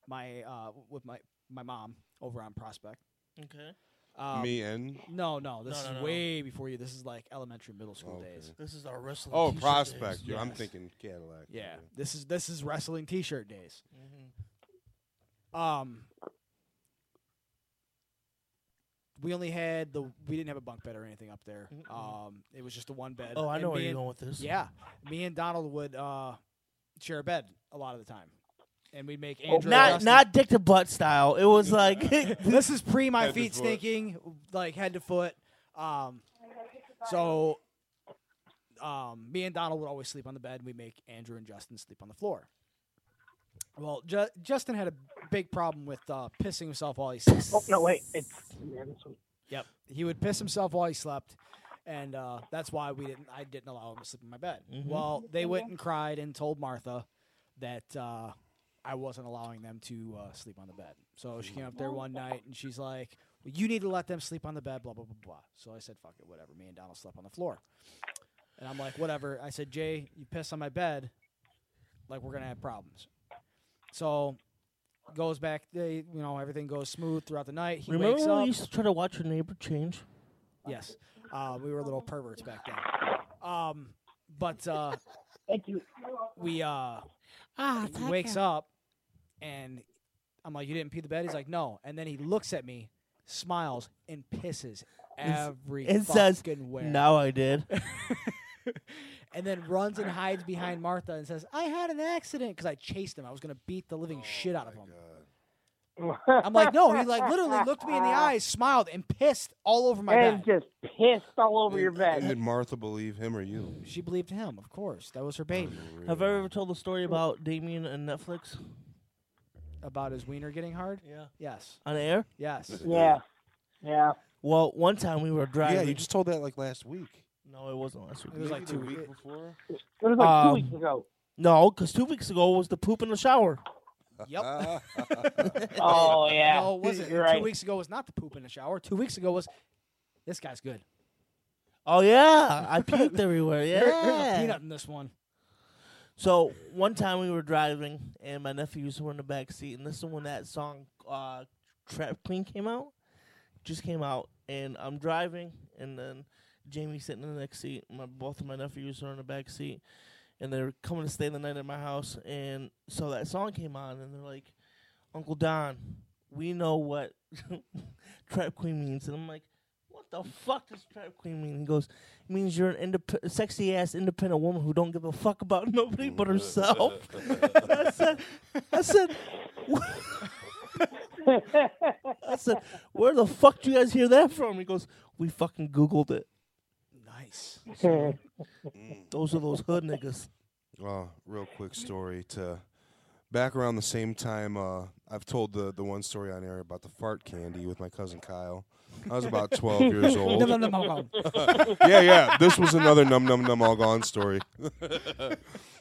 Speaker 4: my uh, with my my mom over on Prospect.
Speaker 3: Okay.
Speaker 4: Um,
Speaker 2: Me and
Speaker 4: No, no. This
Speaker 3: No,
Speaker 4: is
Speaker 3: no, no.
Speaker 4: way before you. This is like elementary, middle school
Speaker 2: Okay.
Speaker 4: days.
Speaker 3: This is our wrestling.
Speaker 2: oh,
Speaker 3: t-shirt
Speaker 2: prospect.
Speaker 3: days.
Speaker 2: Yeah, I'm
Speaker 4: yes.
Speaker 2: thinking Cadillac.
Speaker 4: Yeah. This is this is wrestling T-shirt days.
Speaker 2: Mm-hmm.
Speaker 3: Mhm.
Speaker 4: Um, we only had the we didn't have a bunk bed or anything up there.
Speaker 3: Mm-mm.
Speaker 4: Um, it was just the one bed.
Speaker 3: Oh, I
Speaker 4: And
Speaker 3: know
Speaker 4: me
Speaker 3: where you're
Speaker 4: and-
Speaker 3: going with this.
Speaker 4: Yeah, me and Donald would uh, share a bed a lot of the time, and we'd make Andrew.
Speaker 3: Not
Speaker 4: Dustin-
Speaker 3: not dick to butt style. It was like
Speaker 4: this is pre my
Speaker 2: Head to
Speaker 4: feet
Speaker 2: foot.
Speaker 4: stinking, like head to foot. Um, so, um, me and Donald would always sleep on the bed. We make Andrew and Justin sleep on the floor. Well, Ju- Justin had a big problem with uh, pissing himself while he slept.
Speaker 5: Oh no, wait. It's yeah, this one.
Speaker 4: Yep, he would piss himself while he slept, and uh, that's why we didn't. I didn't allow him to sleep in my bed.
Speaker 3: Mhm.
Speaker 4: Well, they went and cried and told Martha that uh, I wasn't allowing them to uh, sleep on the bed. So she came up there one night and she's like, well, "You need to let them sleep on the bed." Blah blah blah blah. So I said, "Fuck it, whatever." Me and Donald slept on the floor, and I'm like, "Whatever." I said, "Jay, you piss on my bed, like we're gonna have problems." So. Goes back, they you know everything goes smooth throughout the night. He
Speaker 3: Remember
Speaker 4: wakes
Speaker 3: when
Speaker 4: up.
Speaker 3: we used to try to watch your neighbor change?
Speaker 4: Yes. Uh, we were little perverts back then. Um, but uh,
Speaker 5: Thank you.
Speaker 4: we uh,
Speaker 3: Ah,
Speaker 4: he wakes up and I'm like, You didn't pee the bed? He's like, No. And then he looks at me, smiles, and pisses every
Speaker 3: and
Speaker 4: fucking
Speaker 3: says,
Speaker 4: where.
Speaker 3: Now I did.
Speaker 4: and then runs and hides behind Martha and says, I had an accident because I chased him. I was going to beat the
Speaker 2: Oh
Speaker 4: living shit out of him. I'm like, No. He like literally looked me in the eyes, smiled, and pissed all over my
Speaker 5: and
Speaker 4: bed.
Speaker 5: just pissed all over your
Speaker 2: And-
Speaker 5: bed.
Speaker 2: And did Martha believe him or you?
Speaker 4: She believed him, of course. That was her baby.
Speaker 3: Have I ever told the story about Damien and Netflix
Speaker 4: About his wiener getting hard?
Speaker 3: Yeah.
Speaker 4: Yes.
Speaker 3: on air?
Speaker 4: Yes.
Speaker 5: yeah, yeah.
Speaker 3: Well, one time we were driving.
Speaker 2: Yeah, you just told that like last week.
Speaker 3: no, it wasn't last week.
Speaker 4: It was like
Speaker 2: Maybe the
Speaker 4: two
Speaker 2: week
Speaker 4: weeks.
Speaker 2: before.
Speaker 5: It was like
Speaker 3: Um,
Speaker 5: two weeks ago.
Speaker 3: No, because two weeks ago was the poop in the shower.
Speaker 4: Yep.
Speaker 5: Oh yeah.
Speaker 4: No, it wasn't.
Speaker 5: You're
Speaker 4: Two
Speaker 5: right.
Speaker 4: weeks ago was not the poop in the shower. Two weeks ago was this guy's good.
Speaker 3: Oh yeah, I puked everywhere.
Speaker 4: There- There's a
Speaker 3: Yeah.
Speaker 4: peanut in this one.
Speaker 3: So one time we were driving, and my nephews were in the back seat, and this is when that song uh, "Trap Queen" came out. Just came out, and I'm driving, and then Jamie's sitting in the next seat. My both of my nephews are in the back seat, and they're coming to stay the night at my house. And so that song came on, and they're like, "Uncle Don, we know what "Trap Queen" means," and I'm like. What the fuck does trap queen mean? He goes, it means you're an indep- sexy ass independent woman who don't give a fuck about nobody but herself. I said, I said, I said, where the fuck do you guys hear that from? He goes, we fucking Googled it.
Speaker 4: Nice.
Speaker 3: Those are those hood niggas.
Speaker 2: Uh, real quick story to back around the same time. Uh, I've told the the one story on air about the fart candy with my cousin Kyle. I was about 12 years old.
Speaker 4: No, no, no, no, no.
Speaker 2: yeah, yeah. This was another num num num all gone story.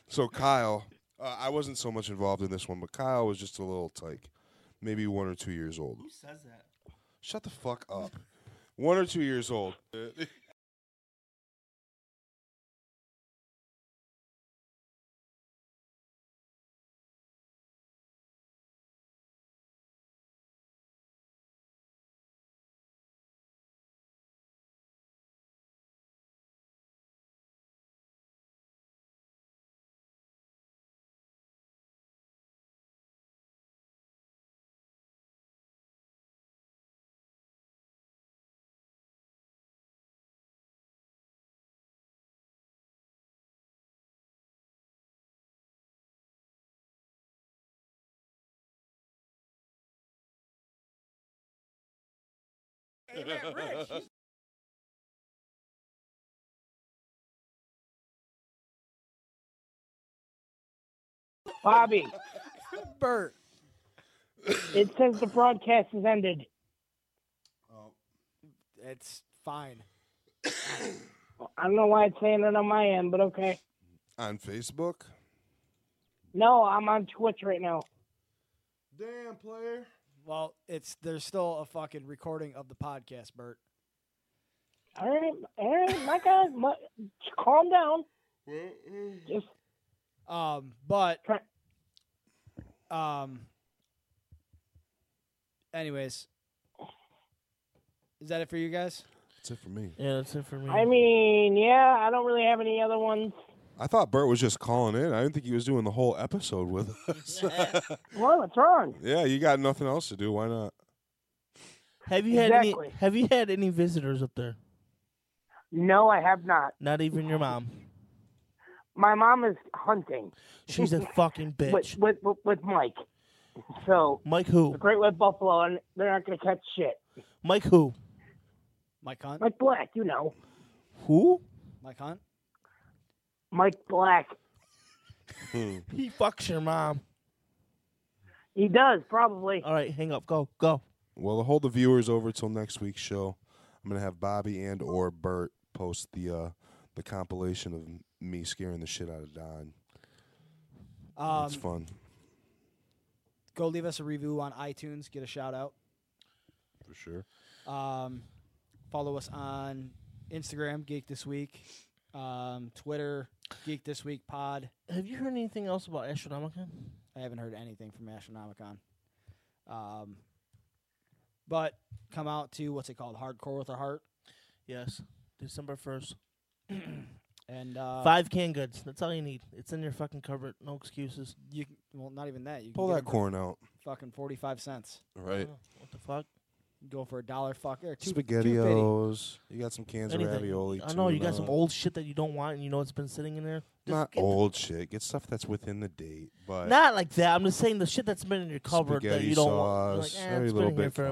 Speaker 2: so Kyle, uh, I wasn't so much involved in this one, but Kyle was just a little tyke, maybe one or two years old.
Speaker 3: says that?
Speaker 2: Shut the fuck up. One or two years old.
Speaker 5: Bobby,
Speaker 4: Bert.
Speaker 5: it says the broadcast has ended.
Speaker 4: It's fine.
Speaker 5: I don't know why it's saying it on my end, but okay.
Speaker 2: On Facebook.
Speaker 5: No, I'm on Twitch right now.
Speaker 2: Damn, player.
Speaker 4: Well, it's there's still a fucking recording of the podcast, Bert.
Speaker 5: All right, all right, my guys, my, calm down. Just
Speaker 4: Um, but
Speaker 5: Try-
Speaker 4: um, anyways, is that it for you guys?
Speaker 2: That's it for me.
Speaker 3: Yeah, that's it for me.
Speaker 5: I mean, yeah, I don't really have any other ones.
Speaker 2: I thought Bert was just calling in. I didn't think he was doing the whole episode with us.
Speaker 5: Well, what's wrong?
Speaker 2: yeah, you got nothing else to do. Why not?
Speaker 3: have you had
Speaker 5: Exactly.
Speaker 3: any? Have you had any visitors up there?
Speaker 5: No, I have not.
Speaker 3: Not even your mom.
Speaker 5: My mom is hunting
Speaker 3: She's a fucking
Speaker 5: with,
Speaker 3: bitch.
Speaker 5: with with with Mike. So
Speaker 3: Mike who?
Speaker 5: the great white buffalo, and they're not going to catch shit.
Speaker 3: Mike who?
Speaker 4: Mike Hunt.
Speaker 5: Mike Black, you know,
Speaker 3: Who?
Speaker 4: Mike Hunt.
Speaker 5: Mike Black.
Speaker 3: He fucks your mom.
Speaker 5: He does probably.
Speaker 3: All right, hang up. Go, go.
Speaker 2: Well, to hold the viewers over till next week's show, I'm gonna have Bobby and or Bert post the uh, the compilation of me scaring the shit out of Don.
Speaker 4: Um,
Speaker 2: it's
Speaker 3: Um,
Speaker 2: fun.
Speaker 4: go leave us a review on iTunes. Get a shout out.
Speaker 2: For sure.
Speaker 4: Um, follow us on Instagram, Geek This Week, um, Twitter, Geek This Week Pod.
Speaker 3: Have you heard anything else about Astronomicon?
Speaker 4: I haven't heard anything from Astronomicon. Um, but come out to what's it called, Hardcore with a Heart,
Speaker 3: Yes, December first.
Speaker 4: and uh,
Speaker 3: Five canned goods. That's all you need. It's in your fucking cupboard. No excuses.
Speaker 4: you can- well, not even that. You can
Speaker 2: Pull
Speaker 4: get
Speaker 2: that
Speaker 4: them for
Speaker 2: corn out.
Speaker 4: fucking forty-five cents.
Speaker 2: Right.
Speaker 3: Oh, What the fuck?
Speaker 4: Go for a dollar, fuck or two, two fifty.
Speaker 2: Spaghettios. You got some cans
Speaker 3: Anything.
Speaker 2: of ravioli.
Speaker 3: I know you got
Speaker 2: tuna.
Speaker 3: some old shit that you don't want, and you know it's been sitting in there. Just
Speaker 2: Not
Speaker 3: get the-
Speaker 2: old shit. Get stuff that's within the date, but
Speaker 3: Not like that. I'm just saying the shit that's been in your cupboard that
Speaker 2: Spaghetti
Speaker 3: you don't want. You're
Speaker 2: sauce,
Speaker 3: Like, eh,
Speaker 2: every
Speaker 3: it's
Speaker 2: little
Speaker 3: been here
Speaker 2: bit
Speaker 3: for a